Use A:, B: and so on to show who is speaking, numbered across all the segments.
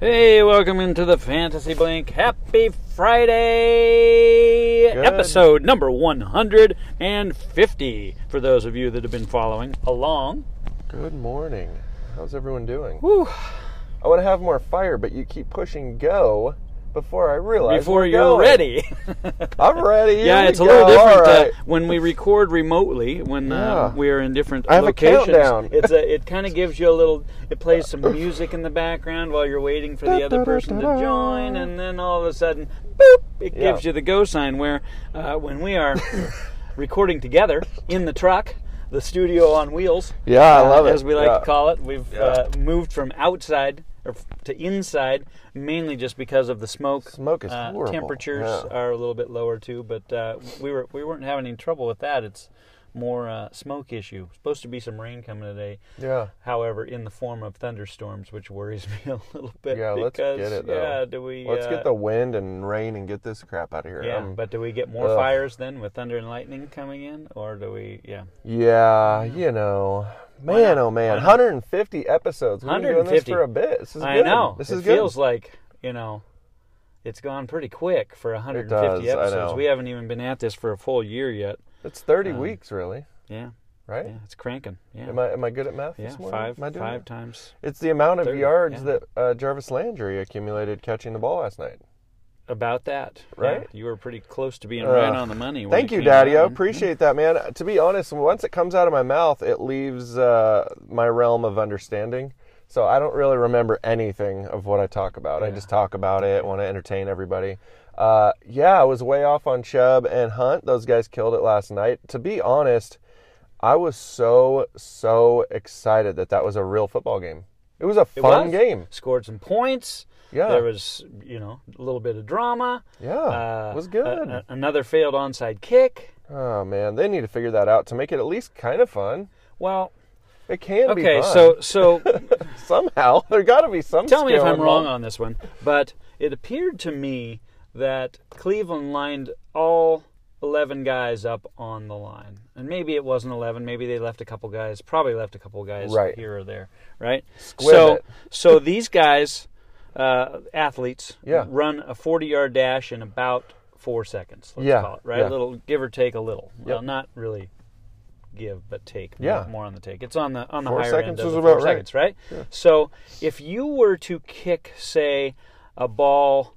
A: Hey, welcome into the Fantasy Blink. Happy Friday!
B: Good.
A: Episode number 150 for those of you that have been following along.
B: Good morning. How's everyone doing?
A: Whew.
B: I want to have more fire, but you keep pushing go before I realize.
A: Before
B: we're
A: you're
B: going.
A: ready.
B: I'm ready. Here
A: yeah,
B: we
A: it's a little
B: go. All
A: different
B: right.
A: uh, when we record remotely, when uh,
B: Yeah.
A: we are in different
B: I have a
A: locations.
B: countdown.
A: it's a, it kind of gives you a little, it plays some music in the background while you're waiting for the other person to join, and then all of a sudden, boop, it
B: Yeah.
A: gives you the go sign where uh, when we are recording together in the truck, the studio on wheels,
B: yeah, I
A: uh,
B: love it.
A: As we like
B: Yeah.
A: to call it. We've
B: Yeah.
A: uh, moved from outside or f- to inside, mainly just because of the smoke.
B: Smoke is
A: uh,
B: horrible.
A: Temperatures
B: Yeah.
A: are a little bit lower too, but uh, we were we weren't having any trouble with that. It's more uh, smoke issue. Supposed to be some rain coming today.
B: Yeah.
A: However, in the form of thunderstorms, which worries me a little bit.
B: Yeah, let's
A: because,
B: get it, though.
A: Yeah, do we?
B: Let's
A: uh,
B: get the wind and rain and get this crap out of here.
A: Yeah,
B: Um,
A: but do we get more
B: ugh.
A: fires then with thunder and lightning coming in, or do we? Yeah,
B: yeah, you know. Man,
A: not?
B: oh
A: Why
B: man,
A: not?
B: 150 episodes. We've been doing this
A: 150.
B: for a bit. This is
A: I
B: good.
A: know.
B: This
A: it
B: is good.
A: feels like, you know, it's gone pretty quick for 150
B: does, I
A: episodes.
B: know.
A: We haven't even been at this for a full year yet.
B: it's 30 weeks, really,
A: Yeah.
B: right?
A: um, Yeah, it's cranking. Yeah.
B: Am I am I good at math
A: yeah,
B: this morning?
A: five
B: Am I doing
A: five
B: it?
A: times
B: It's the amount of
A: 30,
B: yards
A: yeah.
B: that uh, Jarvis Landry accumulated catching the ball last night.
A: about that.
B: Right?
A: Yeah, you were pretty close to being right
B: Ugh.
A: on the money. when
B: Thank
A: it
B: you,
A: came
B: Daddy. I
A: down.
B: appreciate that, man. To be honest, once it comes out of my mouth, it leaves uh, my realm of understanding. So I don't really remember anything of what I talk about. I just talk about it, want to entertain everybody. Uh, yeah, I was way off on Chubb and Hunt. Those guys killed it last night. To be honest, I was so so excited that that was a real football game. It was a
A: It
B: fun
A: was.
B: game.
A: Scored some points.
B: Yeah.
A: There was, you know, a little bit of drama.
B: Yeah,
A: Uh,
B: it was good.
A: a- a- another failed onside kick.
B: oh man, they need to figure that out to make it at least kind of fun.
A: Well,
B: It can be
A: okay,
B: fun.
A: so so
B: somehow there got to be some.
A: Tell me if
B: skill
A: I'm wrong
B: involved.
A: on this one, but it appeared to me that Cleveland lined all 11 guys up on the line. And maybe it wasn't 11, maybe they left a couple guys, probably left a couple guys
B: Right.
A: here or there, right?
B: Squib
A: so
B: it.
A: so these guys uh, athletes
B: Yeah.
A: run a 40-yard dash in about 4 seconds, let's
B: Yeah,
A: call it, right?
B: yeah.
A: A little give or take a little. Well, not really give but take more-
B: Yeah.
A: more on the take it's on the on the
B: Four
A: higher
B: seconds
A: end of
B: is
A: the
B: about
A: four
B: right.
A: seconds right so if you were to kick say a ball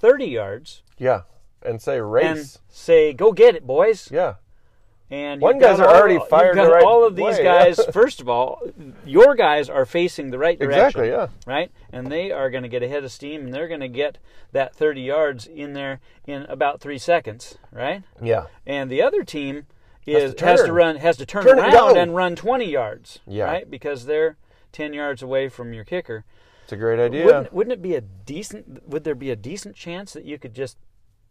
A: 30 yards
B: Yeah, and say
A: and
B: race.
A: say go get it boys
B: yeah,
A: and
B: One
A: you've got
B: guys are
A: all-
B: already
A: you've
B: fired
A: got
B: the right
A: all of these
B: way,
A: guys
B: yeah.
A: first of all your guys are facing the right direction
B: Exactly, yeah.
A: right and they are going to get ahead of steam and they're going to get that 30 yards in there in about 3 seconds right
B: yeah,
A: and the other team is has
B: to
A: to,
B: turn.
A: run has to turn,
B: Turn and
A: around
B: go.
A: and run 20 yards
B: Yeah.
A: right because they're 10 yards away from your kicker
B: it's a great idea.
A: wouldn't, wouldn't it be a decent would there be a decent chance that you could just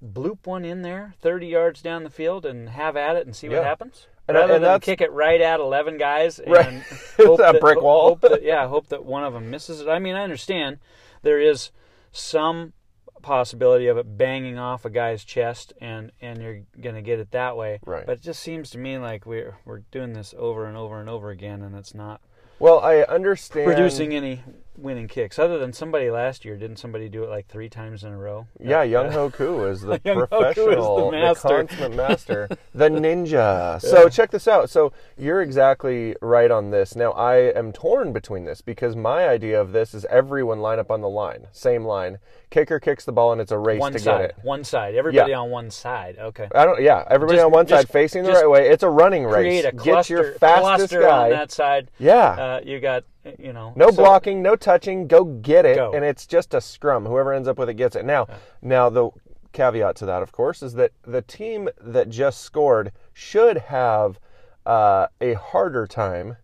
A: bloop one in there 30 yards down the field and have at it and see
B: Yeah.
A: what happens
B: And-
A: rather
B: and
A: than
B: that's-
A: kick it right at 11 guys and
B: Right.
A: hope
B: That brick
A: ho-
B: wall.
A: hope that- yeah hope that one of them misses it i mean i understand there is some possibility of it banging off a guy's chest and and you're gonna get it that way
B: Right.
A: but it just seems to me like we're we're doing this over and over and over again and it's not
B: well, I understand.
A: producing any winning kicks other than somebody last year didn't somebody do it like three times in a row
B: Yeah, Young Ho Koo is the
A: Young Ho Koo is the
B: professional, the,
A: master.
B: consummate master, the ninja. So check this out. So you're exactly right on this. Now I am torn between this because my idea of this is everyone line up on the line, same line. Kicker kicks the ball and it's a race
A: one
B: to
A: side
B: get it.
A: one side everybody
B: Yeah.
A: on one side okay
B: I don't. Yeah, everybody
A: Just-
B: on one
A: just-
B: side facing the
A: just
B: right way. It's a running race.
A: create a
B: Get
A: cluster,
B: your fastest
A: cluster
B: guy.
A: on that side
B: Yeah.
A: uh, you got you know
B: No
A: so-
B: blocking, no touching. Go get it,
A: Go.
B: and it's just a scrum. Whoever ends up with it gets it. Now, now the caveat to that, of course, is that the team that just scored should have uh, a harder time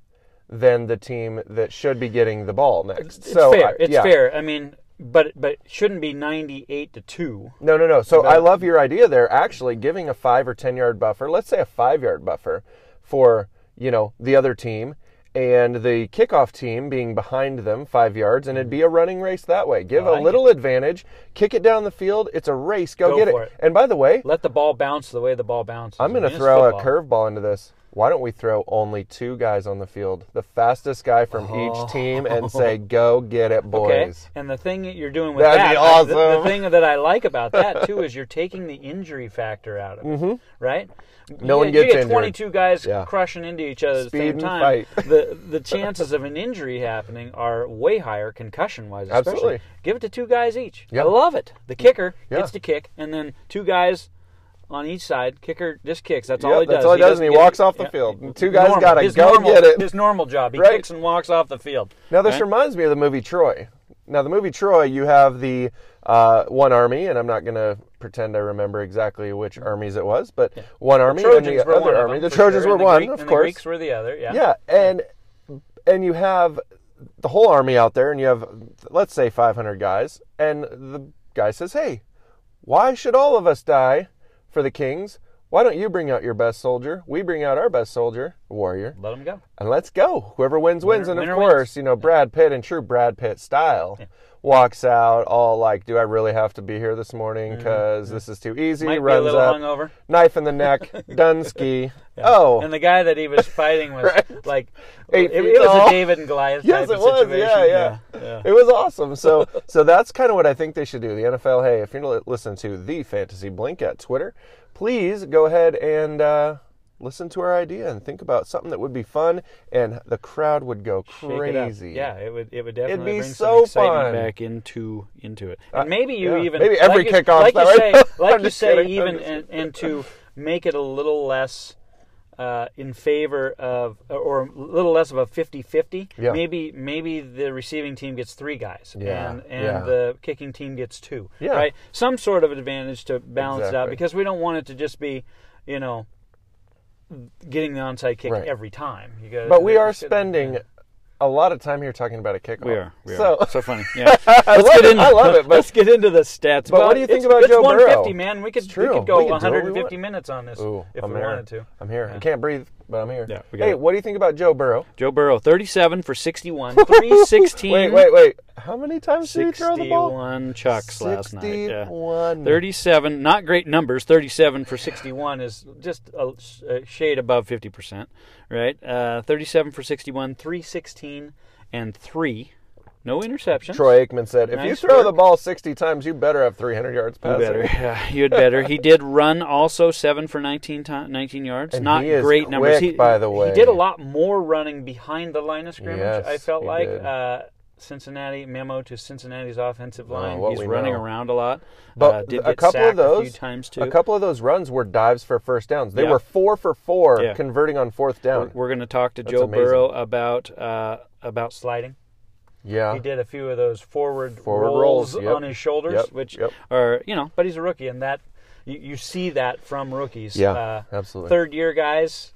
B: than the team that should be getting the ball next.
A: it's
B: so
A: fair
B: I-
A: it's
B: yeah.
A: fair i mean but but it shouldn't be 98 to 2
B: No, no, no. So I love your idea there. Actually, giving a five or ten yard buffer, let's say a five yard buffer, for you know the other team, and the kickoff team being behind them five yards, and it'd be a running race that way. Give
A: I like
B: a little advantage, kick it down the field. It's a race. Go,
A: Go
B: get
A: for
B: it.
A: it.
B: And by the way,
A: Let the ball bounce the way the ball bounces.
B: I'm
A: I
B: going
A: mean,
B: to
A: it's
B: throw a
A: football.
B: curveball into this. Why don't we throw only two guys on the field, the fastest guy from each team, and say, "Go get it,
A: Oh. Okay.
B: boys."
A: And the thing that you're doing with
B: That'd
A: that,
B: be
A: uh, the- The,
B: awesome.
A: thing that I like about that too is you're taking the injury factor out of it, right?
B: Mm-hmm. No
A: you,
B: one
A: you
B: gets
A: get
B: injured.
A: 22 guys
B: Yeah.
A: crushing into each other at the
B: Speed
A: same
B: and
A: time.
B: fight.
A: the the chances of an injury happening are way higher concussion wise.
B: Absolutely.
A: Give it to two guys each.
B: Yeah.
A: I love it. The kicker
B: Yeah.
A: gets to kick, and then two guys. On each side, kicker just kicks. That's
B: Yep,
A: all he does.
B: that's all he does, and he
A: doesn't get-
B: walks off the field. Two guys
A: Normal.
B: gotta
A: His
B: go
A: normal-
B: get it.
A: His normal job. He
B: Right.
A: kicks and walks off the field.
B: Now, this
A: Right?
B: reminds me of the movie Troy. Now, the movie Troy, you have the uh, one army, and I'm not going to pretend I remember exactly which armies it was, but one army and
A: Trojans
B: the
A: were one
B: other
A: of
B: army.
A: them,
B: the
A: for
B: Trojans
A: sure,
B: were
A: and the
B: one,
A: Greek-
B: of
A: and
B: course.
A: The Greeks were the other. Yeah.
B: yeah, and and you have the whole army out there, and you have let's say 500 guys, and the guy says, "Hey, why should all of us die for the kings? Why don't you bring out your best soldier? We bring out our best soldier, warrior,
A: Let them go.
B: and let's go. Whoever wins wins.
A: Winner-
B: and of
A: winner
B: course, you know, Brad Pitt in true Brad Pitt style walks out all like, "Do I really have to be here this morning? Because this is too easy."
A: Mm-hmm. Might be a
B: Runs
A: little
B: up,
A: hungover.
B: knife in the neck, Dunsky. Oh,
A: And the guy that he was fighting was like,
B: Eight
A: it,
B: feet
A: it was
B: tall.
A: a David and Goliath
B: yes,
A: type
B: it
A: of
B: was.
A: situation.
B: Yeah, yeah,
A: yeah.
B: It was awesome. So, so that's kind of what I think they should do. The NFL. Hey, if you're li- listening to the Fantasy Blink at Twitter, please go ahead and. Uh, Listen to our idea and think about something that would be fun, and the crowd would go
A: Shake it up.
B: crazy.
A: Yeah, it would it would definitely
B: be
A: bring
B: so
A: some excitement
B: fun. Uh,
A: back into into it. And maybe you
B: yeah.
A: even
B: Maybe every
A: like
B: kickoff
A: you, like
B: that
A: you
B: way.
A: say,
B: I'm
A: like you
B: just
A: say,
B: kidding. I'm
A: even
B: just
A: and, and to make it a little less uh, in favor of or a little less of a 50-50
B: Yeah.
A: maybe maybe the receiving team gets three guys
B: Yeah,
A: and and
B: yeah.
A: the kicking team gets two
B: Yeah.
A: right some sort of advantage to balance it out
B: Exactly.
A: because we don't want it to just be you know getting the onside kick
B: Right.
A: every time you gotta,
B: But we are
A: it's gonna-
B: spending a lot of time here talking about a kickoff.
A: we are. We
B: so,
A: are. so funny. Yeah.
B: I, love
A: get
B: it,
A: into-
B: I love it. But
A: Let's get into the stats.
B: But what
A: Well,
B: do you think
A: it's-
B: about
A: it's
B: Joe Burrow?
A: 150, man. We could,
B: It's
A: we
B: true.
A: could go
B: We could do what we
A: 150
B: want.
A: minutes on this
B: Ooh,
A: if
B: I'm
A: we
B: here.
A: wanted to.
B: I'm here. I can't breathe, but I'm here.
A: Yeah, we got
B: hey,
A: it.
B: what do you think about Joe Burrow?
A: Joe Burrow, 37 for 61, 316.
B: Wait, wait, wait. How many times did he throw the ball?
A: 61 chucks last night. Yeah.
B: 61.
A: 37, not great numbers. 37 for 61 is just a, a shade above 50%, right? Uh, 37 for 61, 316, and 3. No interception.
B: Troy Aikman said, if you
A: Nice
B: throw
A: work.
B: the ball 60 times, you better have 300 yards
A: You
B: passing.
A: better. Yeah, you had better. He did run also seven for 19, ti 19 yards.
B: And
A: Not
B: he is
A: great numbers.
B: quick,
A: He,
B: by the way.
A: he did a lot more running behind the line of scrimmage.
B: Yes,
A: I felt
B: he
A: like
B: did.
A: uh, Cincinnati memo to Cincinnati's offensive line.
B: what
A: He's
B: we
A: running
B: know.
A: around a lot.
B: But
A: uh, did
B: a
A: get
B: couple
A: sacked
B: of those,
A: a few times too.
B: a couple of those runs were dives for first downs. They
A: Yeah.
B: were four for four,
A: Yeah.
B: converting on fourth down.
A: We're going to talk to Joe
B: amazing.
A: Burrow about uh, about sliding.
B: yeah,
A: He did a few of those forward,
B: Forward
A: rolls,
B: rolls, yep.
A: on his shoulders,
B: Yep,
A: which
B: yep.
A: are you know, but he's a rookie, and that you, you see that from rookies.
B: Yeah,
A: uh,
B: absolutely. Mm-hmm,
A: Third year guys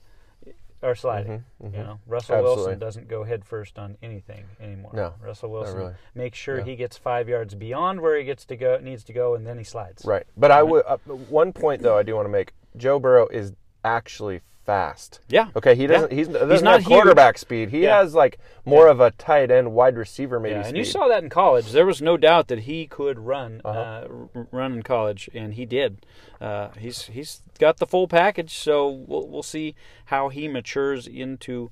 A: are sliding. You know, Russell
B: Absolutely.
A: Wilson doesn't go head first on anything anymore.
B: No,
A: Russell Wilson
B: really.
A: makes sure he gets five yards beyond where he gets to go needs to go, and then he slides.
B: Right. But I would uh, one point though I do want to make. Joe Burrow is actually fast.
A: Yeah.
B: Okay. He
A: Yeah.
B: doesn't. He's, doesn't
A: not
B: have
A: huge.
B: quarterback speed. He
A: Yeah.
B: has like more of a tight end, wide receiver maybe.
A: Yeah,
B: speed.
A: and you saw that in college. There was no doubt that he could run,
B: Uh-huh.
A: uh r- run in college, and he did. Uh, he's he's got the full package, so we'll we'll see how he matures into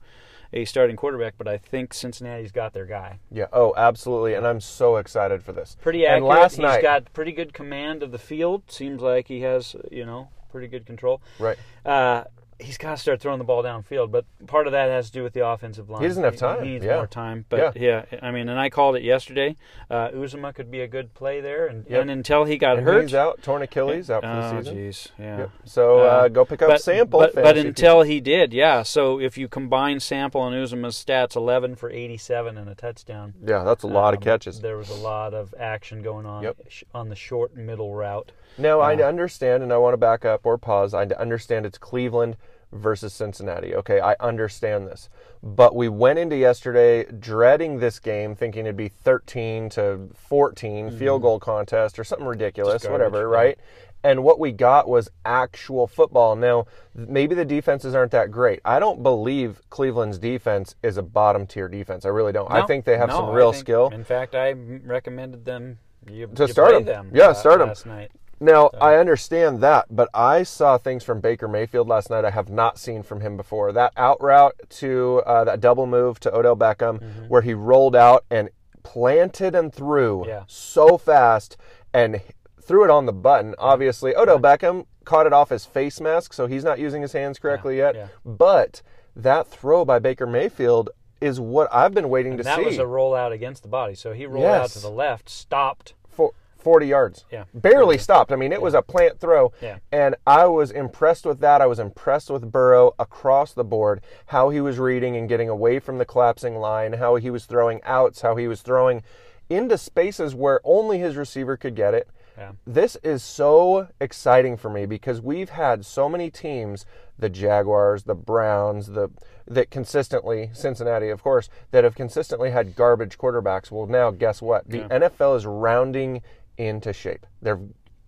A: a starting quarterback. But I think Cincinnati's got their guy.
B: Yeah. Oh, absolutely. And I'm so excited for this.
A: Pretty accurate.
B: And last
A: He's
B: night.
A: got pretty good command of the field. Seems like he has you know pretty good control.
B: right.
A: Uh, he's got to start throwing the ball downfield, but part of that has to do with the offensive line.
B: He doesn't have time,
A: He needs
B: yeah.
A: more time. But yeah. I mean, and I called it yesterday. Uh, Uzuma could be a good play there, and, and until he got
B: And
A: hurt,
B: He's out. Torn Achilles out for the
A: oh
B: season.
A: jeez, yeah. Um,
B: Yep. So uh, go pick up
A: but,
B: sample.
A: But, but
B: fantasy people.
A: until he did, yeah. So if you combine sample and Uzuma's stats, eleven for eighty-seven and a touchdown.
B: yeah, that's a lot of
A: Um,
B: catches.
A: There was a lot of action going on
B: Yep.
A: sh- on the short middle route.
B: No, I understand, and I want to back up or pause. I understand it's Cleveland versus Cincinnati. Okay, I understand this. But we went into yesterday dreading this game, thinking it'd be 13 to 14 field goal contest or something ridiculous,
A: Mm-hmm. Just garbage,
B: whatever, right? And what we got was actual football. Now, th- maybe the defenses aren't that great. I don't believe Cleveland's defense is a bottom tier defense. I really don't. I
A: No,
B: think they have
A: no,
B: some
A: I
B: real
A: think-
B: skill.
A: In fact, I m- recommended them you,
B: To
A: you
B: start
A: play
B: 'em.
A: them.
B: Yeah,
A: la-
B: start 'em.
A: last night.
B: Now, I understand that, but I saw things from Baker Mayfield last night I have not seen from him before. That out route to uh, that double move to Odell Beckham,
A: Mm-hmm.
B: where he rolled out and planted and threw
A: Yeah.
B: so fast and h- threw it on the button. Obviously, Odell Beckham caught it off his face mask, so he's not using his hands correctly yet.
A: yeah.
B: But that throw by Baker Mayfield is what I've been waiting to
A: And that
B: see
A: was a rollout against the body. So he rolled out
B: Yes.
A: to the left, stopped.
B: for 40 yards.
A: Yeah.
B: Barely stopped. I mean, it was a plant throw.
A: Yeah.
B: And I was impressed with that. I was impressed with Burrow across the board, how he was reading and getting away from the collapsing line, how he was throwing outs, how he was throwing into spaces where only his receiver could get it.
A: Yeah.
B: This is so exciting for me because we've had so many teams, the Jaguars, the Browns, the that consistently Cincinnati, of course, that have consistently had garbage quarterbacks. Well, now guess what? The NFL is rounding into shape. They're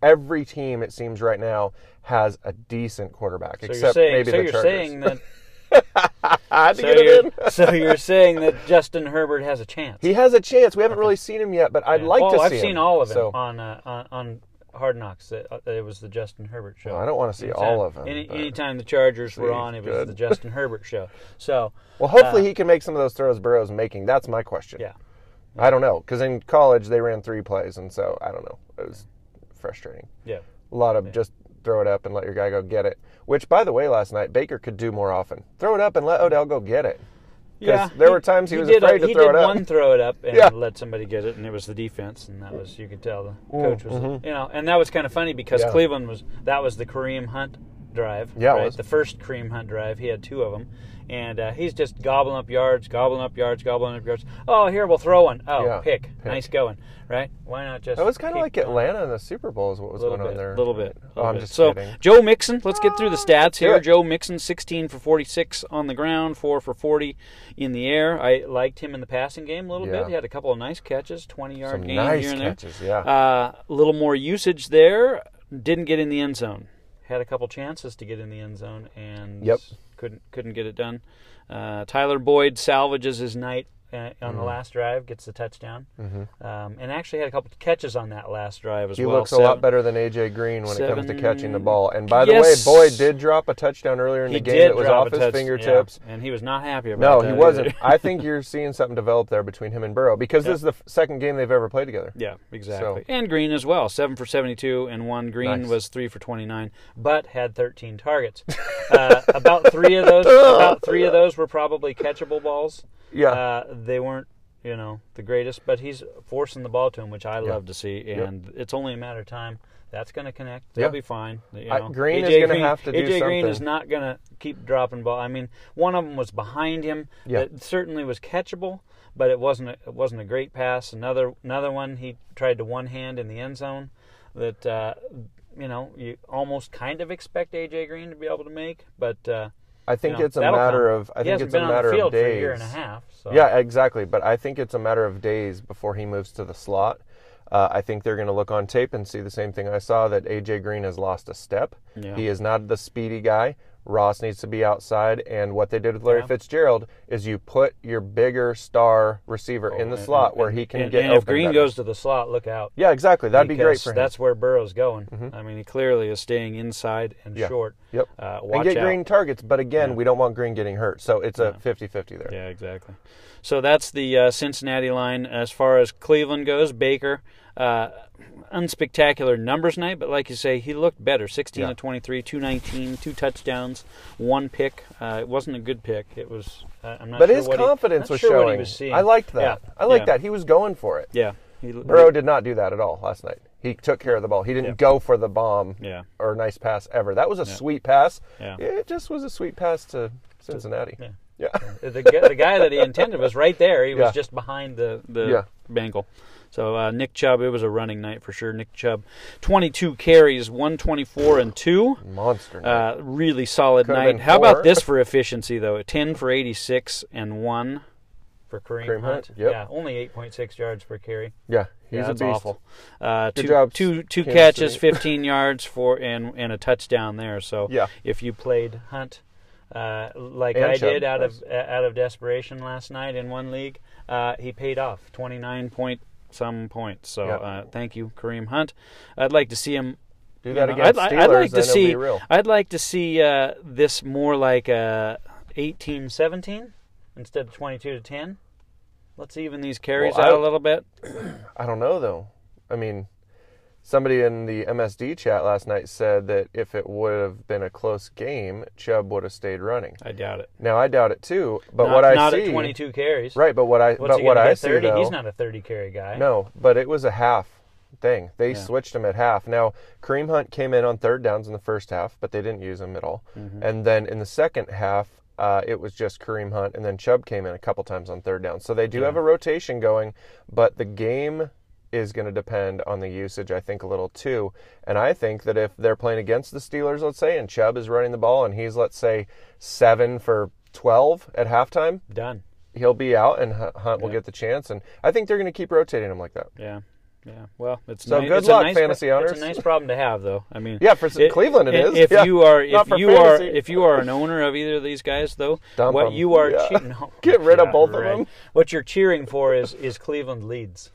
B: every team it seems right now has a decent quarterback,
A: So
B: except
A: you're saying,
B: maybe
A: so
B: the
A: you're
B: Chargers.
A: saying that
B: I had to
A: so
B: get it in.
A: you're, so you're saying that Justin Herbert has a chance.
B: He has a chance. We haven't really seen him yet, but I'd like
A: oh,
B: to see
A: I've
B: him.
A: seen all of it
B: So,
A: on, uh, on on Hard Knocks. That, uh, it was the Justin Herbert show.
B: Oh, I don't want to see
A: Anytime-
B: all of them.
A: Any,
B: but-
A: anytime the Chargers were on, it was
B: good.
A: the Justin Herbert show. So
B: Well, hopefully he can make some of those throws Burrow's making. That's my question.
A: uh, yeah,
B: I don't know because in college they ran three plays, and so I don't know. It was frustrating.
A: yeah,
B: A lot of just throw it up and let your guy go get it. Which, by the way, last night Baker could do more often. Throw it up and let Odell go get it. 'Cause there were times he was
A: did,
B: afraid to
A: he
B: throw it
A: did
B: up.
A: one throw it up and
B: Yeah.
A: let somebody get it, and it was the defense, and that was you could tell the coach was you know, and that was kind of funny because
B: Mm, mm-hmm. Yeah.
A: Cleveland was that was the Kareem Hunt drive,
B: Yeah, it
A: right?
B: was.
A: The first Kareem Hunt drive, he had two of them, and uh, he's just gobbling up yards, gobbling up yards, gobbling up yards. Oh, here we'll throw one. Oh,
B: Yeah,
A: pick.
B: pick.
A: nice going, right? Why not just?
B: That was kind of
A: keep
B: like Atlanta in the Super Bowl is what was
A: little
B: going on
A: bit,
B: there.
A: little bit.
B: Oh,
A: little
B: I'm
A: bit.
B: just
A: so
B: kidding.
A: Joe Mixon. Let's get through the stats here.
B: it.
A: Joe Mixon, 16 for 46 on the ground, four for 40 in the air. I liked him in the passing game a little
B: Yeah.
A: bit. He had a couple of nice catches, 20 yard
B: Some
A: gains
B: nice
A: here and
B: catches,
A: there.
B: yeah.
A: Uh, a little more usage there. Didn't get in the end zone. Had a couple chances to get in the end zone and
B: Yep.
A: couldn't couldn't get it done. Uh, Tyler Boyd salvages his night uh, on
B: Mm-hmm.
A: the last drive, gets the touchdown, um, and actually had a couple catches on that last drive as
B: He
A: well.
B: looks a lot
A: Seven-
B: better than AJ Green when it comes to catching the
A: seven-
B: ball. And by the
A: Yes.
B: way, Boyd did drop a touchdown earlier in the game that was
A: drop
B: off
A: a
B: his
A: touch-
B: fingertips.
A: yeah, and he was not happy about
B: No,
A: that.
B: he
A: either.
B: wasn't. I think you're seeing something develop there between him and Burrow because this is the f- second game they've ever played together.
A: Yeah, exactly. And Green as well. Seven for seventy-two, and one Green
B: Nice.
A: was three for twenty-nine, but had thirteen targets. uh, about three of those, about three of those were probably catchable balls.
B: Yeah.
A: uh, they weren't, you know, the greatest, but he's forcing the ball to him, which I love to see, and it's only a matter of time. That's going to connect. They'll
B: Yeah.
A: be fine. You
B: I-
A: know.
B: Green is
A: AJ
B: gonna
A: Green-
B: have to do
A: AJ Green is
B: something.
A: not going to keep dropping ball. I mean, one of them was behind him.
B: Yeah.
A: That certainly was catchable, but it wasn't. A, it wasn't a great pass. Another another one he tried to one hand in the end zone. That uh, you know you almost kind of expect AJ Green to be able to make, but uh,
B: I think
A: you know,
B: it's a
A: that'll
B: matter
A: come.
B: of. I
A: he
B: think
A: hasn't
B: it's a
A: been
B: matter
A: on the field
B: of days.
A: for a year and a half. So.
B: Yeah, exactly. But I think it's a matter of days before he moves to the slot. Uh, I think they're going to look on tape and see the same thing I saw that AJ Green has lost a step.
A: Yeah.
B: He is not the speedy guy. Ross needs to be outside. And what they did with Larry Fitzgerald is you put your bigger star receiver in the slot where he can
A: Oh, and,
B: get
A: and
B: open.
A: if Green
B: better.
A: goes to the slot, look out.
B: yeah, exactly. That'd be great
A: because
B: for him. Mm-hmm.
A: That's where Burrow's going. I mean, he clearly is staying inside and short.
B: Yep.
A: Uh,
B: and
A: watch
B: get
A: out.
B: green targets. But again, we don't want Green getting hurt. So it's a 50 50 there.
A: Yeah, exactly. So that's the uh, Cincinnati line as far as Cleveland goes. Baker, uh, unspectacular numbers night, but like you say, he looked better. 16 to 23, 219, two touchdowns, one pick. Uh, it wasn't a good pick. It was. Uh, I'm not
B: But
A: sure
B: his
A: what he-
B: confidence
A: not
B: was
A: sure
B: showing.
A: What he was seeing.
B: I liked that.
A: Yeah.
B: I liked
A: Yeah.
B: that. He was going for it.
A: Yeah. He,
B: Burrow did not do that at all last night. He took care of the ball. He didn't go for the bomb
A: Yeah.
B: or nice pass ever. That was a sweet pass.
A: Yeah.
B: It just was a sweet pass to Cincinnati. Yeah.
A: the, gu- the guy that he intended was right there. He was
B: Yeah.
A: just behind the the
B: Yeah.
A: Bengal. So uh, Nick Chubb, it was a running night for sure. Nick Chubb, 22 carries, 124 and two.
B: Monster. night.
A: Uh, really solid
B: Could've
A: night.
B: been
A: How about
B: four.
A: this for efficiency though? 10 for 86 and one for Kareem,
B: Kareem
A: Hunt.
B: Hunt, yep.
A: Yeah, only 8.6 yards per carry.
B: yeah. He's a
A: that's
B: beast.
A: awful. Uh, two,
B: job,
A: two- two
B: Kansas
A: catches,
B: City.
A: 15 yards for and and a touchdown there. So
B: Yeah.
A: if you played Hunt uh, like
B: And
A: I
B: Chubb,
A: did out of uh, out of desperation last night in one league, uh, he paid off 29 point some points. So
B: Yep.
A: uh, thank you, Kareem Hunt. I'd like to see him
B: Do that
A: you know,
B: against
A: I'd,
B: Steelers.
A: I'd like
B: then
A: to see.
B: It'll be real.
A: I'd like to see uh, this more like uh, 18-17 instead of twenty-two to ten. Let's even these carries
B: Well, I-
A: out a little bit.
B: I don't know though. I mean, somebody in the MSD chat last night said that if it would have been a close game, Chubb would have stayed running.
A: I doubt it.
B: Now I doubt it too. But
A: not,
B: what I
A: not
B: see,
A: at twenty-two carries.
B: right? But what I
A: What's
B: but
A: he
B: what
A: gonna
B: I
A: get,
B: see
A: 30?
B: though,
A: He's not a thirty-carry guy.
B: no, but it was a half thing. They switched him at half. Now Kareem Hunt came in on third downs in the first half, but they didn't use him at all. And then in the second half. Uh, it was just Kareem Hunt, and then Chubb came in a couple times on third down. So they do have a rotation going, but the game is going to depend on the usage, I think, a little too. And I think that if they're playing against the Steelers, let's say, and Chubb is running the ball, and he's, let's say, seven for 12 at halftime,
A: Done.
B: he'll be out and Hu- Hunt will get the chance. And I think they're going to keep rotating him like that.
A: Yeah. Yeah. Well, it's
B: So
A: ni-
B: good
A: it's a
B: luck,
A: nice pro-
B: fantasy
A: It's
B: owners.
A: a nice problem to have, though. I mean,
B: Yeah, for s- Cleveland it
A: i-
B: is.
A: If
B: Yeah.
A: you are,
B: Not
A: if
B: for
A: you are,
B: fantasy.
A: if you are an owner of either of these guys, though,
B: Dump
A: what
B: 'em.
A: you are
B: Yeah.
A: cheating, no.
B: Get rid of
A: Yeah,
B: both of
A: right.
B: 'em.
A: What you're cheering for is is Cleveland leads.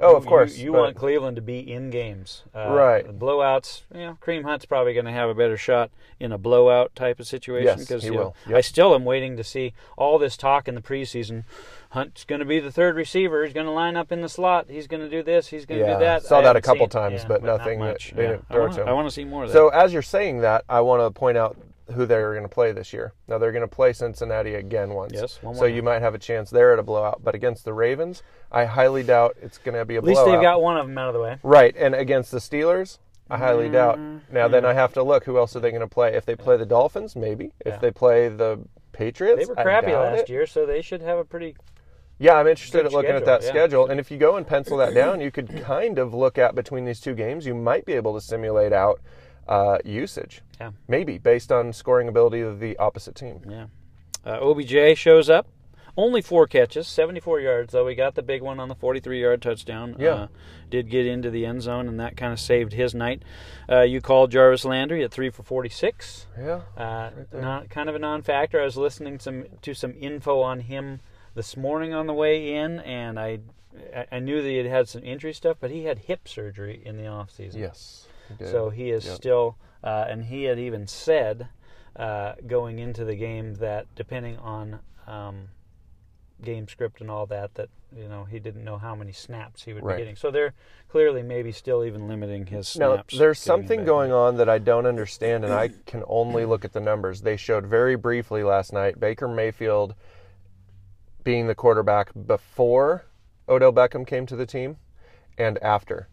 B: Oh, of
A: You-
B: course.
A: You,
B: but-
A: want Cleveland to be in games, uh,
B: Right.
A: Blowouts. You know, Cream Hunt's probably going to have a better shot in a blowout type of situation.
B: Yes,
A: 'cause,
B: he
A: you know,
B: will.
A: I still am waiting to see all this talk in the preseason. Hunt's going to be the third receiver. He's going to line up in the slot. He's going to do this. He's going to
B: Yeah,
A: do that.
B: saw
A: I
B: that a
A: haven't
B: couple
A: seen it.
B: times,
A: Yeah,
B: but nothing
A: not
B: that
A: much.
B: they
A: Yeah.
B: didn't
A: I
B: throw
A: wanna-
B: to him.
A: I want to see more of that.
B: So as you're saying that, I want to point out who they're going to play this year. Now they're going to play Cincinnati again once.
A: Yes, one more
B: so
A: time.
B: you might have a chance there at a blowout, but against the Ravens, I highly doubt it's going to be a
A: at least
B: blowout.
A: they've got one of them out of the way.
B: right, and against the Steelers, I highly doubt. Now
A: Mm.
B: then, I have to look who else are they going to play? If they play the Dolphins, maybe. If
A: Yeah.
B: they play the Patriots,
A: They were
B: I
A: crappy
B: doubt
A: last
B: it.
A: year, so they should have a pretty.
B: Yeah, I'm interested
A: Good
B: at looking at
A: schedule,
B: that
A: yeah.
B: schedule. And if you go and pencil that down, you could kind of look at between these two games, you might be able to simulate out uh, usage.
A: Yeah.
B: Maybe based on scoring ability of the opposite team.
A: Yeah. Uh, OBJ shows up. Only four catches, 74 yards, though. We got the big one on the 43 yard touchdown.
B: Yeah.
A: Uh, did get into the end zone, and that kind of saved his night. Uh, you called Jarvis Landry at 3 for 46.
B: Yeah.
A: Uh, not kind of a non-factor. I was listening some to some info on him this morning on the way in, and I I- I knew that he had had some injury stuff, but he had hip surgery in the off season.
B: Yes. he did.
A: So he is
B: Yep.
A: still, uh, and he had even said uh, going into the game that depending on um, game script and all that, that you know he didn't know how many snaps he would
B: Right.
A: be getting. So they're clearly maybe still even limiting his
B: Now,
A: snaps.
B: there's
A: getting
B: something
A: back.
B: going on that I don't understand, and I can only look at the numbers. They showed very briefly last night Baker Mayfield being the quarterback before Odell Beckham came to the team and after.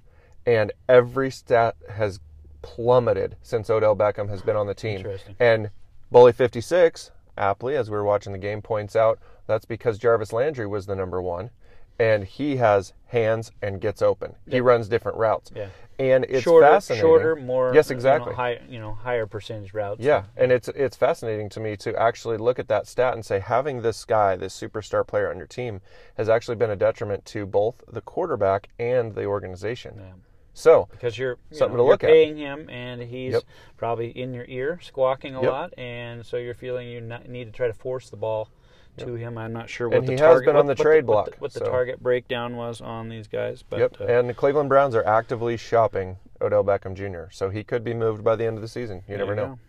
B: And every stat has plummeted since Odell Beckham has been on the team.
A: Interesting.
B: And Bully 56, aptly, as we were watching the game, points out that's because Jarvis Landry was the number one. And he has hands and gets open. He runs different routes.
A: Yeah.
B: And it's
A: shorter,
B: fascinating.
A: shorter, more
B: Yes,
A: you know,
B: exactly.
A: high, you know, higher percentage routes.
B: yeah, and it's it's fascinating to me to actually look at that stat and say having this guy, this superstar player on your team, has actually been a detriment to both the quarterback and the organization.
A: Yeah.
B: So
A: because you're you
B: Something
A: know,
B: to
A: you're
B: look at.
A: paying him, and he's
B: Yep.
A: probably in your ear squawking a
B: Yep.
A: lot, and so you're feeling you not, need to try to force the ball to him. I'm not sure what
B: And
A: the
B: he has
A: target
B: been
A: what-
B: on the
A: what the-
B: trade
A: what the-
B: block,
A: what the,
B: so.
A: target breakdown was on these guys, but
B: yep,
A: uh,
B: and the Cleveland Browns are actively shopping Odell Beckham Jr. So he could be moved by the end of the season. You
A: there
B: never
A: you
B: know.
A: go.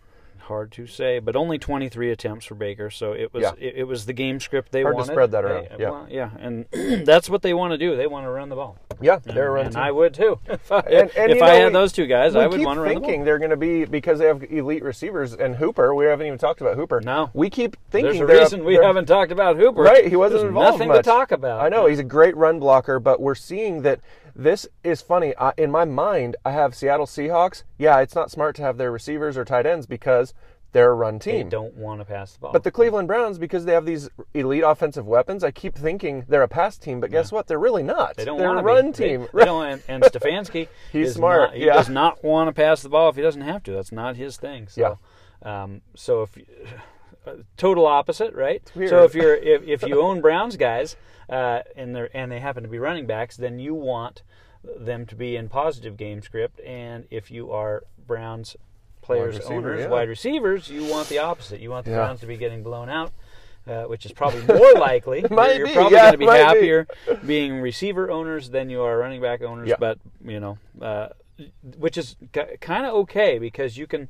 A: Hard to say, but only 23 attempts for Baker, so it was
B: Yeah.
A: it, it was the game script they
B: Hard to
A: wanted.
B: spread that
A: They- uh,
B: around, yeah.
A: well, yeah, and that's what they want to do. They want to run the ball.
B: Yeah, they're
A: and,
B: running.
A: and I would too. If I,
B: And- and
A: if
B: you
A: I
B: know,
A: had
B: we-
A: those two guys,
B: we
A: I would
B: keep
A: want to run the ball.
B: thinking they're going to be because they have elite receivers and Hooper. We haven't even talked about Hooper.
A: No.
B: we keep thinking
A: There's a
B: they're up-
A: reason we
B: they're-
A: haven't talked about Hooper.
B: Right, he wasn't
A: There's
B: involved
A: Nothing
B: much.
A: to talk about.
B: I know he's a great run blocker, but we're seeing that this is funny. I, in my mind, I have Seattle Seahawks. Yeah, it's not smart to have their receivers or tight ends because they're a run
A: They
B: team.
A: don't want to pass the ball.
B: But the Cleveland Browns, because they have these elite offensive weapons, I keep thinking they're a pass team. But guess what? They're really not.
A: they don't
B: they're
A: want
B: a
A: to
B: run
A: be. They-
B: team.
A: They,
B: Right.
A: don't, and, and Stefanski,
B: He's
A: is
B: smart,
A: Not, he
B: yeah.
A: does not want to pass the ball if he doesn't have to. That's not his thing. So, um, so if you- uh, total opposite, right?
B: weird.
A: So if you're if, if you own Browns guys uh, and they are and they happen to be running backs, then you want them to be in positive game script. And if you are Browns players,
B: receiver,
A: owners,
B: yeah.
A: wide receivers, you want the opposite. You want the
B: Yeah.
A: Browns to be getting blown out. Uh, which is probably more likely. You're-
B: Might
A: You're
B: be,
A: probably
B: yeah,
A: going to be
B: might be.
A: happier being receiver owners than you are running back owners.
B: Yeah.
A: But you know, uh, which is k- kind of okay because you can